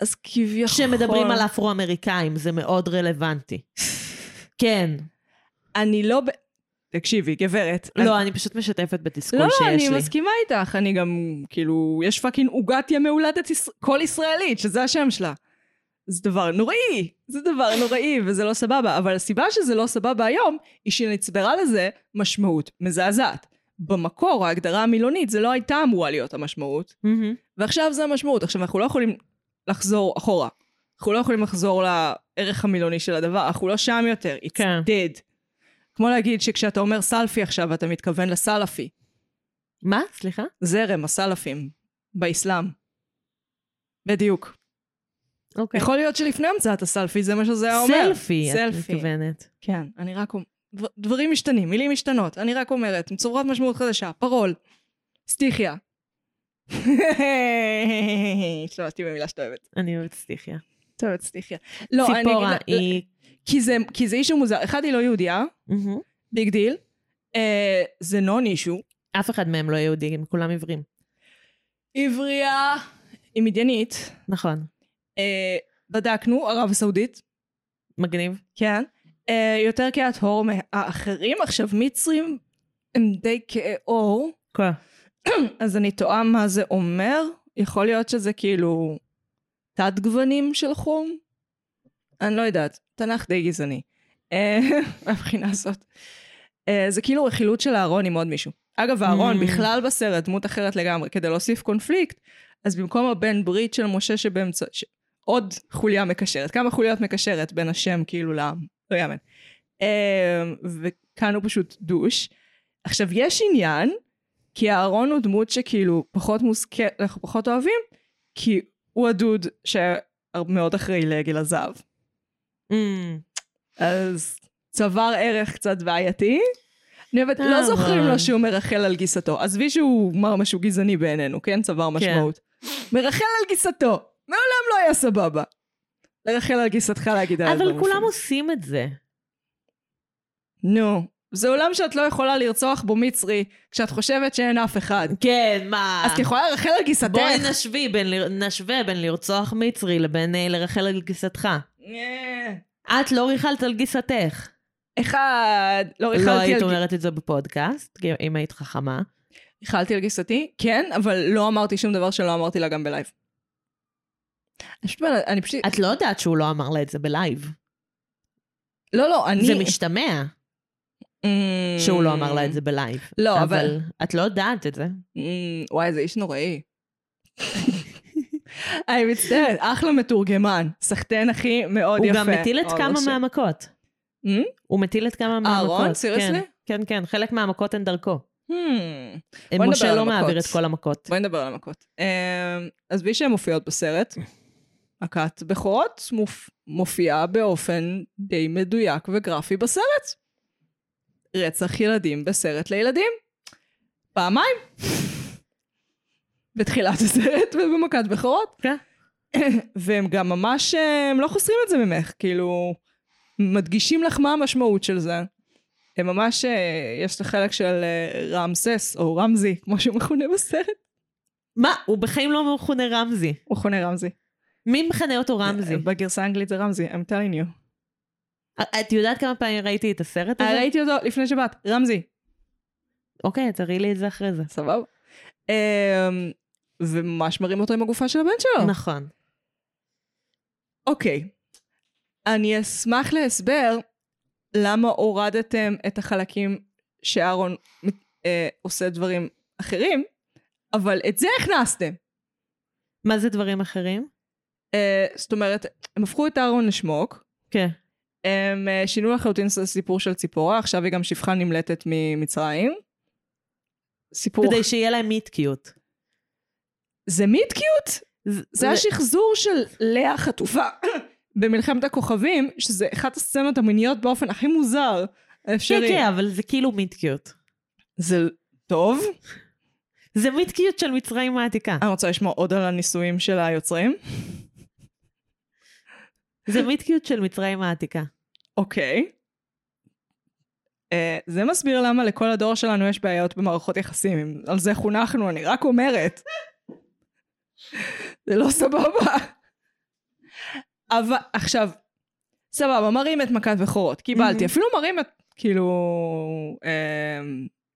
S2: אז כביכול...
S1: כשמדברים על אפרו-אמריקאים, זה מאוד רלוונטי. כן.
S2: אני לא... ב- תקשיבי, גברת.
S1: לא, אני פשוט משתפת בתסכול
S2: לא, לא,
S1: שיש לי.
S2: אני מסכימה איתך. אני גם, כאילו, יש פאקינג עוגת ימי הולדת יש- כל ישראלית, שזה השם שלה. זה דבר נוראי, זה דבר נוראי, וזה לא סבבה. אבל הסיבה שזה לא סבבה היום, היא שנצברה לזה משמעות מזעזעת. במקור, ההגדרה המילונית, זה לא הייתה אמורה להיות המשמעות,
S1: מהמם.
S2: ועכשיו זה המשמעות. עכשיו, אנחנו לא יכולים לחזור אחורה. אנחנו לא יכולים לחזור לערך המילוני של הדבר, אנחנו לא שם יותר. It's
S1: כן.
S2: dead. כמו להגיד שכשאתה אומר סלפי עכשיו, אתה מתכוון לסלפי.
S1: מה? סליחה?
S2: זרם, הסלפים, באסלאם. בדיוק.
S1: אוקיי.
S2: יכול להיות שלפני המצאת הסלפי זה מה שזה היה אומר.
S1: סלפי, את מתכוונת.
S2: כן, אני רק אומרת. דברים משתנים, מילים משתנות. אני רק אומרת, צורת משמעות חדשה, פרול, סטיחיה. השתמשתי במילה שאתה אוהבת.
S1: אני אוהבת סטיחיה.
S2: טוב, סטיחיה. לא, אני אגיד
S1: ציפורה
S2: לה-
S1: היא...
S2: כי זה, כי זה אישו מוזר. אחד, היא לא יהודייה,
S1: מהמם.
S2: ביג דיל. אה, זה נון אישו.
S1: אף אחד מהם לא יהודי, הם כולם עיוורים.
S2: עברייה. היא מדיינית.
S1: נכון.
S2: אה, בדקנו, ערב הסעודית.
S1: מגניב.
S2: כן. אה, יותר כעת הור מהאחרים. עכשיו, מצרים הם די כהי עור,
S1: כל.
S2: אז אני תוהה מה זה אומר. יכול להיות שזה כאילו תת גוונים של חום? אני לא יודעת, תנ"ך די גזעני. אה, מהבחינה הזאת. אה, זה כאילו רכילות של אהרון עם עוד מישהו. אגב, אהרון
S1: Mm.
S2: בכלל בסרט, דמות אחרת לגמרי, כדי להוסיף קונפליקט, אז במקום הבן ברית של משה שבאמצע... ש... עוד חוליה מקשרת, כמה חוליות מקשרת בין השם כאילו לעם, לא יאמן. אה, וכאן הוא פשוט דוש. עכשיו, יש עניין, כי אהרון הוא דמות שכאילו פחות מוזכרת, אנחנו פחות אוהבים, כי הוא הדוד שמאוד אחראי לעגל הזהב.
S1: אמ,
S2: אז צבר ערך קצת בעייתי. אני באמת,
S1: אה,
S2: לא זוכרים
S1: אהרון.
S2: לו שהוא מרחל על גיסתו. עזבי שהוא אמר משהו גזעני בעינינו, כן? צבר משמעות. מרחל על גיסתו. מעולם לא היה סבבה. לרחל על גיסתך להגיד עליו
S1: אבל
S2: דברים
S1: כולם
S2: יפים.
S1: עושים את זה.
S2: נו. זה עולם שאת לא יכולה לרצוח בו מצרי, כשאת חושבת שאין אף אחד.
S1: כן, מה?
S2: אז את יכולה לרחל על גיסתך.
S1: בואי נשווה בין, ל- נשווה בין לרצוח מצרי לבין אה, לרחל על גיסתך.
S2: אה,
S1: את לא ריחלת על גיסתך.
S2: אחד, לא ריחלתי
S1: לא
S2: על
S1: היית
S2: גיסתי.
S1: אומרת את זה בפודקאסט, כי- אם היית חכמה.
S2: ריחלתי על גיסתי, כן, אבל לא אמרתי שום דבר שלא אמרתי לה גם בלייב. אני פשוט, אני פשוט,
S1: את לא יודעת שהוא לא אמר לה את זה בלייב.
S2: לא, לא, אני...
S1: זה משתמע
S2: Mm,
S1: שהוא לא אמר לה את זה בלייב.
S2: לא,
S1: אבל את לא יודעת את זה.
S2: Mm, וואי, זה איש נוראי. אני מצטערת, אחלה מתורגמן. סחטיין, אחי, מאוד
S1: הוא
S2: יפה.
S1: גם מטיל את
S2: Oh,
S1: כמה
S2: shit.
S1: מהמכות.
S2: Hmm?
S1: הוא מטיל את כמה מהמכות.
S2: אהרון? seriously?
S1: כן, כן, כן, חלק מהמכות הן דרכו.
S2: Hmm. בוא נדבר
S1: משה
S2: על
S1: לא
S2: המכות.
S1: מעביר את כל המכות.
S2: בואי נדבר על המכות. אמ, אז בלי שהן מופיעות בסרט, מכת בכורות מופ... מופיעה באופן די מדויק וגרפי בסרט. רצח ילדים בסרט לילדים. פעמיים. בתחילת הסרט ובמכת בכורות.
S1: כן.
S2: והם גם ממש, אה, הם לא חוסרים את זה ממך, כאילו, מדגישים לך מה המשמעות של זה. הם ממש, אה, יש את החלק של אה, רמסס, או רמזי, כמו שהוא מכונה בסרט.
S1: מה? הוא בחיים לא מכונה רמזי.
S2: הוא חונה רמזי. אה,
S1: מי מכנה אותו רמזי?
S2: בגרסה האנגלית זה רמזי, I'm telling you.
S1: את יודעת כמה פעמים ראיתי את הסרט הזה?
S2: ראיתי אותו לפני שבאת, רמזי.
S1: אוקיי, תראי לי את זה אחרי זה.
S2: סבבה. אמ, וממש מראים אותו עם הגופה של הבן שלו.
S1: נכון.
S2: אוקיי. אני אשמח להסבר למה הורדתם את החלקים שאהרון אה, עושה דברים אחרים, אבל את זה הכנסתם.
S1: מה זה דברים אחרים?
S2: אה, זאת אומרת, הם הפכו את אהרון לשמוק,
S1: כן.
S2: הם אה, שינו לחלוטין את הסיפור של ציפורה, עכשיו היא גם שפחה נמלטת ממצרים. סיפור...
S1: כדי שיהיה להם מיט קיוט.
S2: זה מיד קיוט? זה השחזור של לאה החטופה במלחמת הכוכבים, שזה אחת הסצנות המיניות באופן הכי מוזר
S1: כן,
S2: האפשרי.
S1: כן, אבל זה כאילו מיט קיוט.
S2: זה טוב.
S1: זה מיט קיוט של מצרים העתיקה.
S2: אני רוצה לשמוע עוד על הניסויים של היוצרים.
S1: זה מיט קיוט של מצרים העתיקה.
S2: אוקיי. אה, זה מסביר למה לכל הדור שלנו יש בעיות במערכות יחסים. אם על זה חונכנו, אני רק אומרת. זה לא סבבה. אבל עכשיו, סבבה, מראים את מכת בכורות, קיבלתי. אפילו מראים את, כאילו, אה,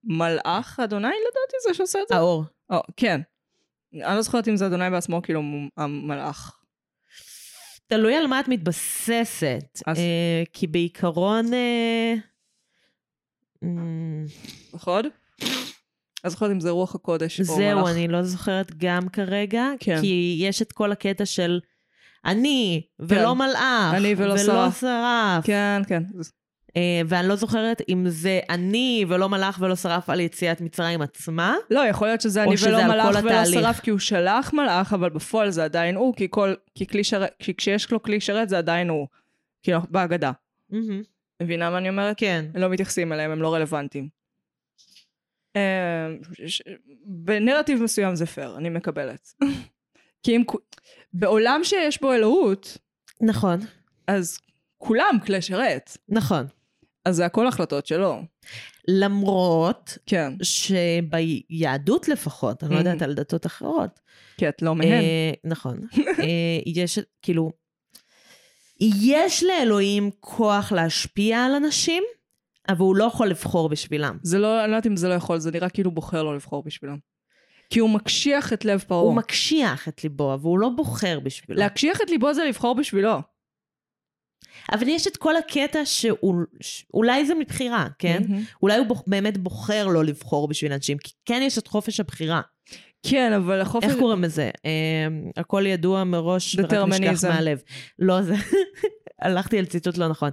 S2: מלאך אדוני לדעתי זה שעושה את זה?
S1: האור.
S2: או, כן. אני לא זוכרת אם זה אדוני בעצמו, כאילו, מ- המלאך.
S1: תלוי על מה את מתבססת.
S2: אז-
S1: אה, כי בעיקרון... אה, אמ,
S2: נכון? לא זוכרת אם זה רוח הקודש או מלאך.
S1: זהו, אני לא זוכרת גם כרגע,
S2: כן.
S1: כי יש את כל הקטע של אני, ולא
S2: כן.
S1: מלאך,
S2: אני ולא שרף.
S1: שרף.
S2: כן, כן.
S1: אה, ואני לא זוכרת אם זה אני ולא מלאך ולא שרף על יציאת מצרים עצמה.
S2: לא, יכול להיות שזה
S1: או
S2: אני
S1: שזה
S2: ולא
S1: על
S2: מלאך
S1: כל
S2: ולא
S1: התהליך.
S2: שרף, כי הוא שלח מלאך, אבל בפועל זה עדיין הוא, כי כל... כי כלי שרת... כי כשיש לו כלי שרת זה עדיין הוא. כאילו, בהגדה. מבינה מה אני אומרת?
S1: כן.
S2: הם לא מתייחסים אליהם, הם לא רלוונטיים. אה, ש- בנרטיב מסוים זה פייר, אני מקבלת. כי אם... כו- בעולם שיש בו אלוהות,
S1: נכון,
S2: אז כולם כלי שרת.
S1: נכון.
S2: אז זה הכל החלטות שלו.
S1: למרות
S2: כן.
S1: שביהדות לפחות, אני לא
S2: Mhm.
S1: יודעת על דתות אחרות,
S2: כי את לא מהן.
S1: אה, נכון. אה, יש, כאילו, יש לאלוהים כוח להשפיע על אנשים, אבל הוא לא יכול לבחור בשבילם.
S2: זה לא, אני לא יודעת אם זה לא יכול, זה נראה כאילו בוחר לא לבחור בשבילם. כי הוא מקשיח את לב פרעה.
S1: הוא מקשיח את ליבו, אבל הוא לא בוחר בשבילו.
S2: להקשיח את ליבו זה לבחור בשבילו.
S1: אבל יש את כל הקטע שהוא- שאולי זה מבחירה, כן?
S2: מהמם.
S1: אולי הוא בוח- באמת בוחר לא לבחור בשביל אנשים, כי כן יש את חופש הבחירה.
S2: כן, אבל החופש...
S1: איך קוראים לזה? אמ, הכל ידוע מראש, ורק נשכח
S2: דטרמיניזם. מהלב.
S1: מהלב. לא, זה... הלכתי על ציטוט לא נכון.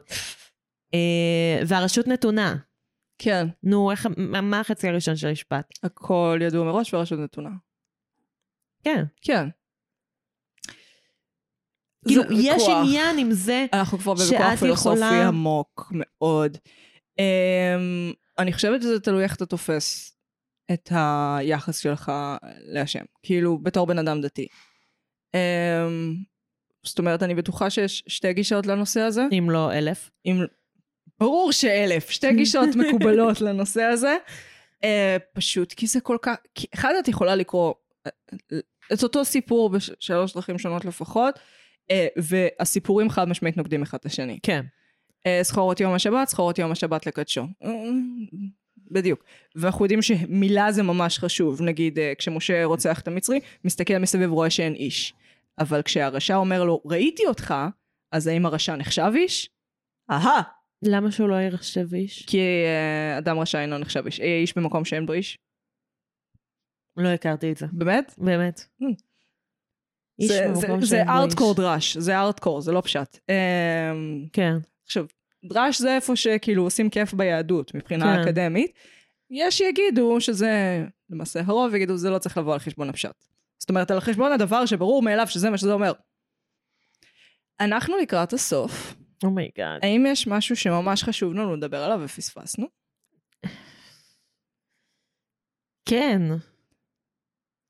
S1: אה, והרשות נתונה.
S2: כן.
S1: נו, איך, מה- מה החצי הראשון של המשפט?
S2: הכל ידוע מראש והרשות נתונה.
S1: כן.
S2: כן.
S1: כאילו,
S2: זה
S1: יש
S2: כוח.
S1: עניין עם זה,
S2: אנחנו כבר
S1: שאת
S2: בוויכוח פילוסופי
S1: יכולה-
S2: עמוק מאוד. אמ, אני חושבת שזה תלוי איך אתה תופס את היחס שלך להשם, כאילו בתור בן אדם דתי. אמ, זאת אומרת, אני בטוחה שיש שתי גישות לנושא הזה.
S1: אם לא אלף.
S2: אם... ברור שאלף, שתי גישות מקובלות לנושא הזה. אה, פשוט, כי זה כל כך... כי אחד, את יכולה לקרוא אה, אה, את אותו סיפור בשלוש דרכים שונות לפחות, אה, והסיפורים חד משמעית נוגדים אחד את השני.
S1: כן.
S2: אה, סחורות יום השבת, סחורות יום השבת לקדשו. אה, בדיוק. ואנחנו יודעים שמילה זה ממש חשוב. נגיד, אה, כשמשה רוצח את המצרי, מסתכל מסביב, רואה שאין איש. אבל כשהרשע אומר לו, ראיתי אותך, אז האם הרשע נחשב איש? אהה!
S1: למה שהוא לא יחשב איש?
S2: כי אה, אדם רשע אינו נחשב איש. אה, איש במקום שאין בו איש.
S1: לא הכרתי את זה.
S2: באמת?
S1: באמת.
S2: Mm.
S1: איש
S2: זה- זה-
S1: במקום
S2: זה
S1: שאין בו
S2: ארטקור
S1: איש.
S2: דרש, זה ארטקור, זה לא פשט. אמ,
S1: כן.
S2: עכשיו, דרש זה איפה שכאילו עושים כיף ביהדות מבחינה
S1: כן.
S2: כן. אקדמית. יש שיגידו שזה, למעשה הרוב יגידו זה לא צריך לבוא על חשבון הפשט. זאת אומרת, על חשבון הדבר שברור מאליו שזה מה שזה אומר. אנחנו לקראת הסוף,
S1: Oh אומייגאד.
S2: האם יש משהו שממש חשוב לנו לדבר עליו ופספסנו?
S1: כן.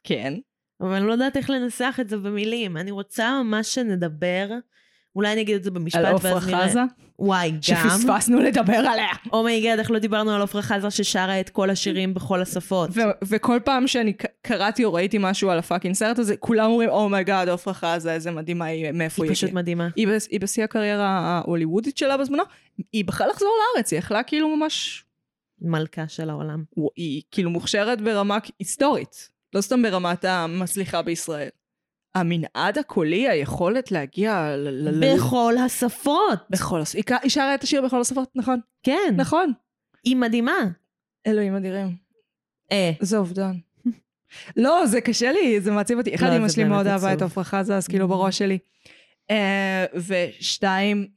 S2: כן.
S1: אבל אני לא יודעת איך לנסח את זה במילים. אני רוצה ממש שנדבר, אולי אני אגיד את זה במשפט
S2: על
S1: ואז נראה.
S2: עפרה חזה?
S1: וואי, גם.
S2: שפספסנו לדבר עליה.
S1: אומייגאד, איך לא דיברנו על עפרה חזה ששרה את כל השירים בכל השפות.
S2: ו- וכל פעם שאני ק- קראתי או ראיתי משהו על הפאקינג סרט הזה, כולם אומרים, "Oh אומייגאד, עפרה חזה, איזה מדהימה היא, מאיפה
S1: היא
S2: היא
S1: פשוט
S2: הגיעה?"
S1: מדהימה.
S2: היא בס- היא בשיא הקריירה ההוליוודית שלה בזמנו, היא בחרה לחזור לארץ, היא יכלה כאילו ממש,
S1: מלכה של העולם.
S2: וואו, היא כאילו מוכשרת ברמה כ- היסטורית, לא סתם ברמת המצליחה בישראל. המנעד הקולי, היכולת להגיע ל... ל- ל-
S1: בכל השפות.
S2: בכל הס- היא ק- היא שרה את השיר בכל השפות, נכון,
S1: כן.
S2: נכון.
S1: היא מדהימה.
S2: אלוהים אדירים.
S1: אה,
S2: זה אובדן. לא, זה קשה לי, זה מעציב אותי. אחד,
S1: לא,
S2: אמא
S1: זה
S2: שלי
S1: באמת
S2: מאוד אהבה את
S1: עצוב.
S2: עפרה חזה, אז כאילו בראש שלי. אה, ושתיים,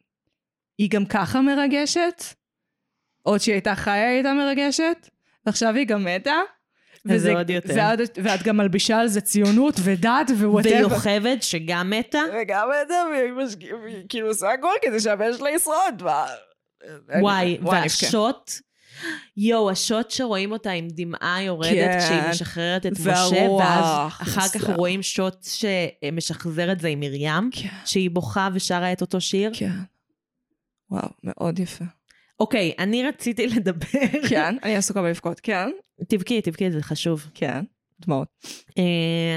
S2: היא גם ככה מרגשת. עוד שהיא הייתה חיה היא הייתה מרגשת, ועכשיו היא גם מתה.
S1: אז זה עוד יותר.
S2: זה עוד, ואת גם מלבישה על זה ציונות ודת ווואטאבר.
S1: ויוכבד שגם מתה?
S2: וגם את זה, והיא משק- והיא כאילו עושה הכל כדי שהבן שלה ישרוד. ו-
S1: וואי,
S2: כן.
S1: והשוט, יואו, השוט שרואים אותה עם דמעה יורדת
S2: כן.
S1: כשהיא משחררת את משה,
S2: והרוח,
S1: ואז אחר כך
S2: בסדר.
S1: רואים שוט שמשחזר את זה עם מרים,
S2: כן.
S1: שהיא בוכה ושרה את אותו שיר.
S2: כן. וואו, מאוד יפה.
S1: אוקיי, אני רציתי לדבר.
S2: כן, אני עסוקה בלבכות. כן.
S1: תבכי, תבכי, זה חשוב.
S2: כן. דמעות.
S1: אה,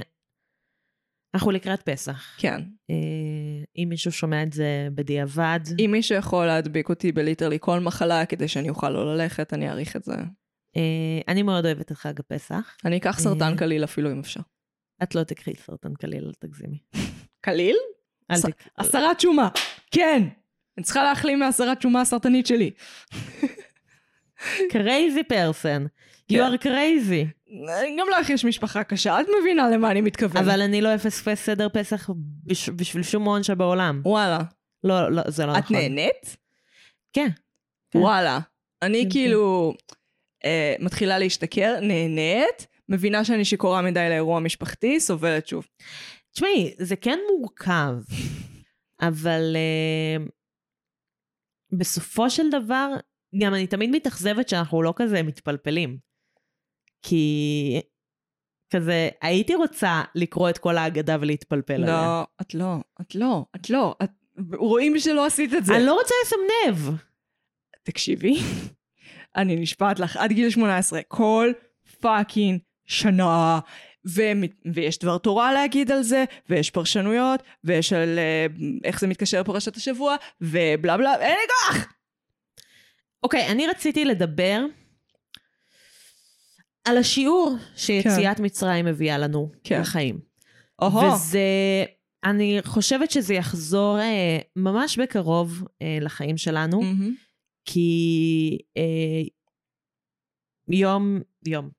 S1: אנחנו לקראת פסח.
S2: כן.
S1: אה, אם מישהו שומע את זה בדיעבד,
S2: אם מישהו יכול להדביק אותי בליטרלי כל מחלה כדי שאני אוכל לא ללכת, אני אעריך את זה.
S1: אה, אני מאוד אוהבת את חג הפסח.
S2: אני אקח סרטן
S1: אה.
S2: קליל אפילו אם אפשר.
S1: את לא תקחי סרטן קליל, אל תגזימי.
S2: קליל?
S1: אל
S2: ס-
S1: תקחי.
S2: הסרת שומה. כן. אני צריכה להחלים מהסרת שומה הסרטנית שלי.
S1: crazy person. You
S2: כן.
S1: are crazy.
S2: גם לך יש משפחה קשה, את מבינה למה אני מתכוונת.
S1: אבל אני לא אפספס סדר פסח בש- בשביל שום הון שבעולם.
S2: וואלה.
S1: לא, לא, זה לא
S2: את
S1: נכון.
S2: נהנית?
S1: כן. כן.
S2: וואלה. אני
S1: כן,
S2: כאילו אה, מתחילה להשתכר, נהנית, מבינה שאני שיכורה מדי לאירוע המשפחתי, סובלת שוב.
S1: תשמעי, זה כן מורכב, אבל אה, בסופו של דבר, גם אני תמיד מתאכזבת שאנחנו לא כזה מתפלפלים. כי כזה, הייתי רוצה לקרוא את כל ההגדה ולהתפלפל עליה.
S2: לא, את לא, את לא, את לא. את... רואים שלא עשית את זה.
S1: אני לא רוצה לסמנב.
S2: תקשיבי, אני נשבעת לך, עד גיל 18, כל פאקינג שנה. ו- ויש דבר תורה להגיד על זה, ויש פרשנויות, ויש על אה, איך זה מתקשר לפרשת השבוע, ובלה בלה, אין לי כוח!
S1: אוקיי, אני רציתי לדבר על השיעור שיציאת מצרים מביאה לנו
S2: כן.
S1: לחיים.
S2: אוהו,
S1: וזה, אני חושבת שזה יחזור אה, ממש בקרוב אה, לחיים שלנו,
S2: מהמם.
S1: כי אה, יום, יום,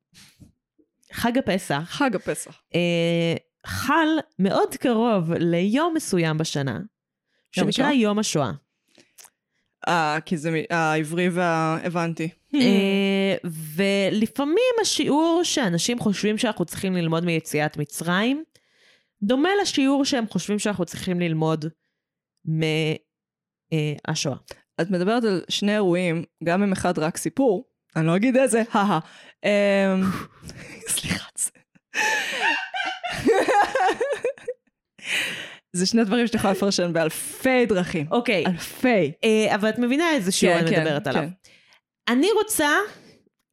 S1: חג הפסח
S2: חג הפסח.
S1: אה, חל מאוד קרוב ליום מסוים בשנה, שנקרא
S2: השואה?
S1: יום השואה.
S2: אה, כי זה מ- העברי וה... הבנתי.
S1: אה,
S2: Mm-hmm.
S1: ולפעמים השיעור שאנשים חושבים שאנחנו צריכים ללמוד מיציאת מצרים, דומה לשיעור שהם חושבים שאנחנו צריכים ללמוד אה, מהשואה.
S2: את מדברת על שני אירועים, גם אם אחד רק סיפור, אני לא אגיד איזה, הא אמ... סליחה. זה- זה שני דברים שאתה יכולה לפרשן באלפי דרכים.
S1: אוקיי,
S2: אלפי.
S1: אה, אבל את מבינה איזה שיעור
S2: כן,
S1: אני
S2: כן,
S1: מדברת עליו.
S2: כן.
S1: אני רוצה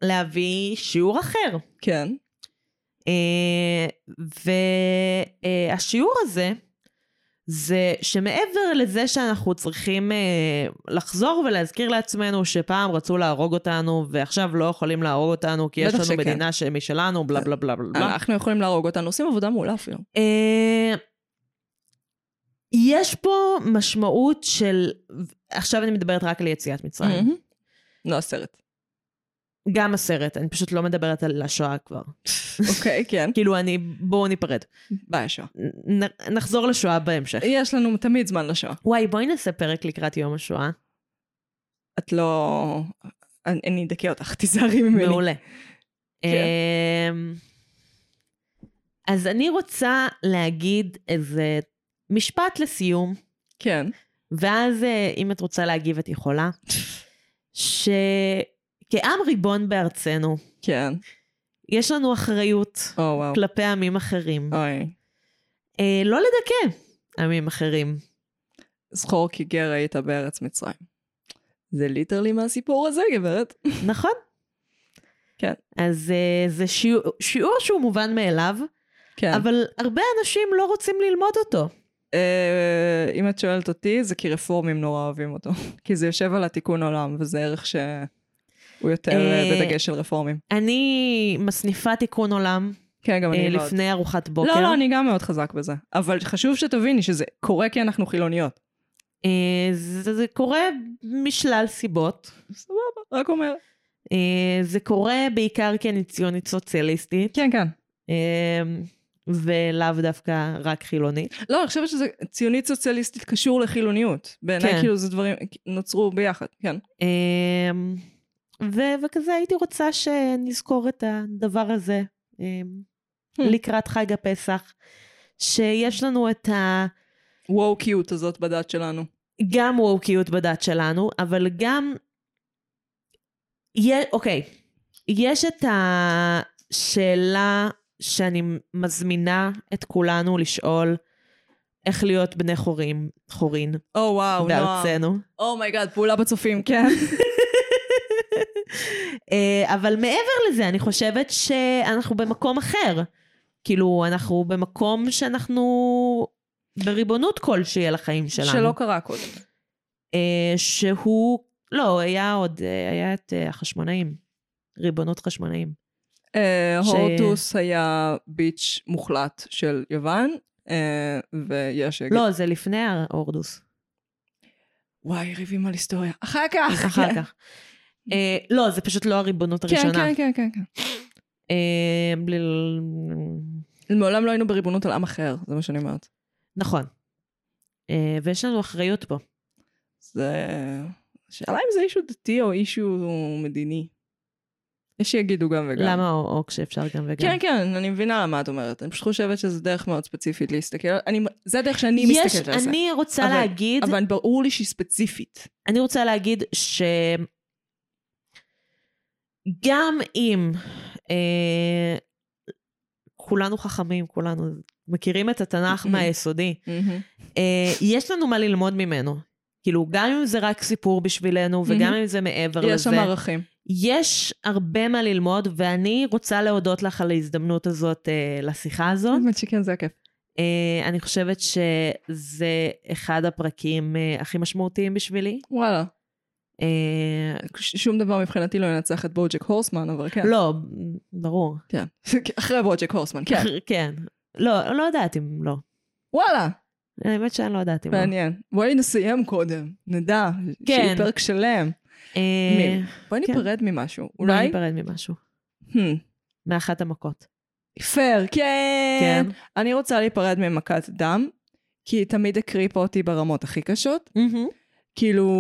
S1: להביא שיעור אחר.
S2: כן.
S1: אה, והשיעור הזה, זה שמעבר לזה שאנחנו צריכים אה, לחזור ולהזכיר לעצמנו שפעם רצו להרוג אותנו ועכשיו לא יכולים להרוג אותנו כי יש
S2: בטח
S1: לנו
S2: שכן. אה.
S1: מדינה שמשלנו, בלה בלה בלה בלה בלה.
S2: אנחנו יכולים להרוג אותנו, עושים עבודה מעולה אפילו.
S1: אה, יש פה משמעות של, עכשיו אני מדברת רק על יציאת מצרים.
S2: מהמם. לא הסרט.
S1: גם הסרט, אני פשוט לא מדברת על השואה כבר.
S2: אוקיי, כן.
S1: כאילו אני, בואו ניפרד.
S2: ביי, שואה.
S1: נ- נחזור לשואה בהמשך.
S2: יש לנו תמיד זמן לשואה.
S1: וואי, בואי נעשה פרק לקראת יום השואה.
S2: את לא... אני- אני אדכא אותך, תיזהרי ממני.
S1: מעולה.
S2: כן.
S1: אמ, אז אני רוצה להגיד איזה משפט לסיום,
S2: כן.
S1: ואז אה, אם את רוצה להגיב את יכולה, שכעם ריבון בארצנו,
S2: כן.
S1: יש לנו אחריות
S2: או וואו.
S1: כלפי עמים אחרים.
S2: אוי.
S1: אה, לא לדכא עמים אחרים.
S2: זכור כי גר היית בארץ מצרים. זה ליטרלי מהסיפור הזה, גברת.
S1: נכון?
S2: כן.
S1: אז אה, זה שיעור, שיעור שהוא מובן מאליו,
S2: כן. אבל...
S1: אבל הרבה אנשים לא רוצים ללמוד אותו.
S2: אה, אם את שואלת אותי, זה כי רפורמים נורא אוהבים אותו. כי זה יושב על התיקון עולם, וזה ערך שהוא יותר אה,
S1: אה,
S2: בדגש של רפורמים.
S1: אני מסניפה תיקון עולם
S2: כן, גם
S1: אה,
S2: אני מאוד.
S1: לפני ארוחת בוקר.
S2: לא, לא, אני גם מאוד חזק בזה. אבל חשוב שתביני שזה קורה כי אנחנו חילוניות.
S1: אה, זה, זה קורה משלל סיבות.
S2: סבבה, רק אומר.
S1: אה, זה קורה בעיקר כי אני ציונית סוציאליסטית,
S2: כן, כן.
S1: אמ, ולאו דווקא רק חילונית.
S2: לא, אני חושבת שזה ציונית סוציאליסטית קשור לחילוניות. בעיניי
S1: כן.
S2: כאילו זה דברים נוצרו ביחד, כן.
S1: אמ, ו- וכזה הייתי רוצה שנזכור את הדבר הזה אמ,
S2: Hmm.
S1: לקראת חג הפסח, שיש לנו את ה...
S2: וואו קיוט הזאת בדת שלנו.
S1: גם ווקיות בדת שלנו, אבל גם... יה... אוקיי, יש את השאלה שאני מזמינה את כולנו לשאול איך להיות בני חורים, חורין,
S2: או וואו, נועה.
S1: בארצנו.
S2: אומייגאד, Oh פעולה בצופים, כן.
S1: אה, אבל מעבר לזה, אני חושבת שאנחנו במקום אחר. כאילו, אנחנו במקום שאנחנו בריבונות כלשהי על החיים שלנו.
S2: שלא קרה קודם.
S1: אה, שהוא, לא, היה עוד, אה, היה את אה, החשמונאים, ריבונות חשמונאים.
S2: אה,
S1: ש-
S2: הורטוס היה ביץ' מוחלט של יוון, אה, ויש שיגיד...
S1: לא, זה לפני ההורדוס,
S2: וואי, ריבים על היסטוריה. אחר כך.
S1: אחר
S2: כן.
S1: כך. אה, לא, זה פשוט לא הריבונות
S2: כן,
S1: הראשונה.
S2: כן, כן, כן, כן.
S1: אה, בלי...
S2: מעולם לא היינו בריבונות על עם אחר, זה מה שאני אומרת.
S1: נכון. אה, ויש לנו אחריות פה.
S2: זה... שאלה אם זה אישו דתי או אישו מדיני. יש שיגידו גם וגם.
S1: למה או, או כשאפשר גם וגם.
S2: כן, כן, אני מבינה למה את אומרת. אני פשוט חושבת שזו דרך מאוד ספציפית להסתכל. אני, זה הדרך שאני
S1: יש,
S2: מסתכלת על זה.
S1: אני רוצה
S2: אבל-
S1: להגיד,
S2: אבל ברור לי שהיא ספציפית.
S1: אני רוצה להגיד ש... גם אם אה, כולנו חכמים, כולנו מכירים את התנ"ך
S2: Mhm.
S1: מהיסודי, אה, יש לנו מה ללמוד ממנו. כאילו, גם אם זה רק סיפור בשבילנו, וגם
S2: Mhm.
S1: אם זה מעבר
S2: יש
S1: לזה,
S2: שם ערכים.
S1: יש הרבה מה ללמוד, ואני רוצה להודות לך על ההזדמנות הזאת, אה, לשיחה הזאת.
S2: באמת שכן, זה הכיף.
S1: אה, אני חושבת שזה אחד הפרקים אה, הכי משמעותיים בשבילי.
S2: וואלה.
S1: אה,
S2: ש- שום דבר מבחינתי לא ינצח את בוג'ק הורסמן, אבל כן.
S1: לא, ברור.
S2: כן. אחרי בוג'ק הורסמן, כן.
S1: כן. לא, לא יודעת אם לא.
S2: וואלה,
S1: האמת שאני לא יודעת אם לא.
S2: מעניין. בואי נסיים קודם, נדע.
S1: כן.
S2: שיהיה פרק שלם.
S1: אה,
S2: מי- בואי
S1: כן.
S2: ניפרד ממשהו.
S1: בואי
S2: אולי?
S1: ניפרד ממשהו.
S2: Hmm.
S1: מאחת המכות.
S2: פייר, כן.
S1: כן.
S2: אני רוצה להיפרד ממכת דם, כי היא תמיד הקריפה אותי ברמות הכי קשות. כאילו,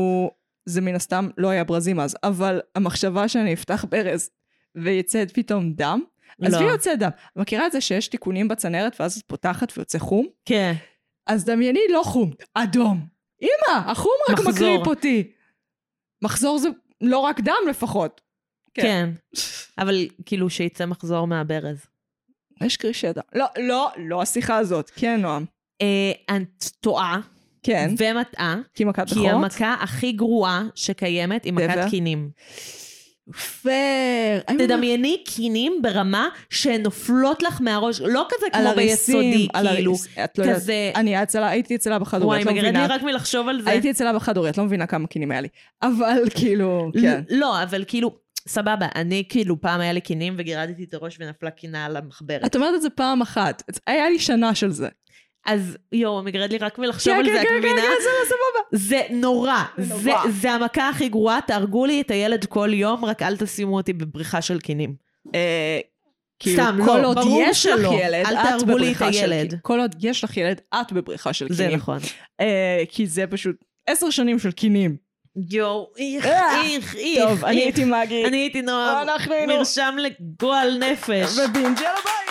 S2: זה מן הסתם לא היה ברזים אז, אבל המחשבה שאני אפתח ברז ויצא פתאום דם, אז
S1: לא.
S2: לי יוצא דם. מכירה את זה שיש תיקונים בצנרת ואז את פותחת ויוצא חום?
S1: כן.
S2: אז דמייני לא חום, אדום. אמא, החום רק
S1: מחזור.
S2: מקריפ אותי. מחזור זה לא רק דם לפחות.
S1: כן. אבל כאילו שיצא מחזור מהברז.
S2: יש קרישי דם. לא, לא, לא השיחה הזאת. כן, נועם.
S1: אה, את טועה
S2: כן.
S1: ומטעה,
S2: כי מכת
S1: כי
S2: בכורות?
S1: המכה הכי גרועה שקיימת היא
S2: דבר.
S1: מכת קינים.
S2: אה. פייר.
S1: תדמייני קינים ברמה שהן נופלות לך מהראש, לא כזה כמו ביסודי, כאילו.
S2: את לא יודעת.
S1: כזה-
S2: אני אצלה, הייתי אצלה בחד-הורית,
S1: וואי,
S2: את לא
S1: מגרד לי
S2: מבינה.
S1: רק מלחשוב על זה.
S2: הייתי אצלה בחד-הורית, לא מבינה כמה קינים היה לי. אבל כאילו, כן.
S1: ל- לא, אבל כאילו, סבבה, אני כאילו פעם היה לי קינים וגירדתי את הראש ונפלה קינה על המחברת.
S2: את אומרת את זה פעם אחת. היה לי שנה של זה.
S1: אז יואו, מגרד לי רק מלחשוב
S2: כן,
S1: על
S2: כן,
S1: זה, את
S2: כן,
S1: מבינה?
S2: כן, כן, זה לא סבבה.
S1: זה נורא.
S2: זה
S1: זה-
S2: נורא.
S1: זה המכה הכי גרועה, תהרגו לי את הילד כל יום, רק אל תשימו אותי בבריכה של קינים.
S2: אה, כאילו,
S1: סתם,
S2: כל
S1: לא,
S2: עוד
S1: ברור
S2: יש לך
S1: שלא.
S2: ילד,
S1: אל
S2: את
S1: תהרגו לי את
S2: בבריכה של
S1: הילד.
S2: קינים. כל עוד יש לך ילד, את בבריכה של
S1: זה
S2: קינים.
S1: נכון.
S2: אה, כי זה פשוט עשר שנים של קינים.
S1: יואו, איך,
S2: אה,
S1: איך, איך.
S2: טוב, אני
S1: איך.
S2: הייתי מגי.
S1: אני הייתי נועם.
S2: אנחנו היינו-
S1: מרשם לגועל נפש.
S2: ובינג'ל הבית.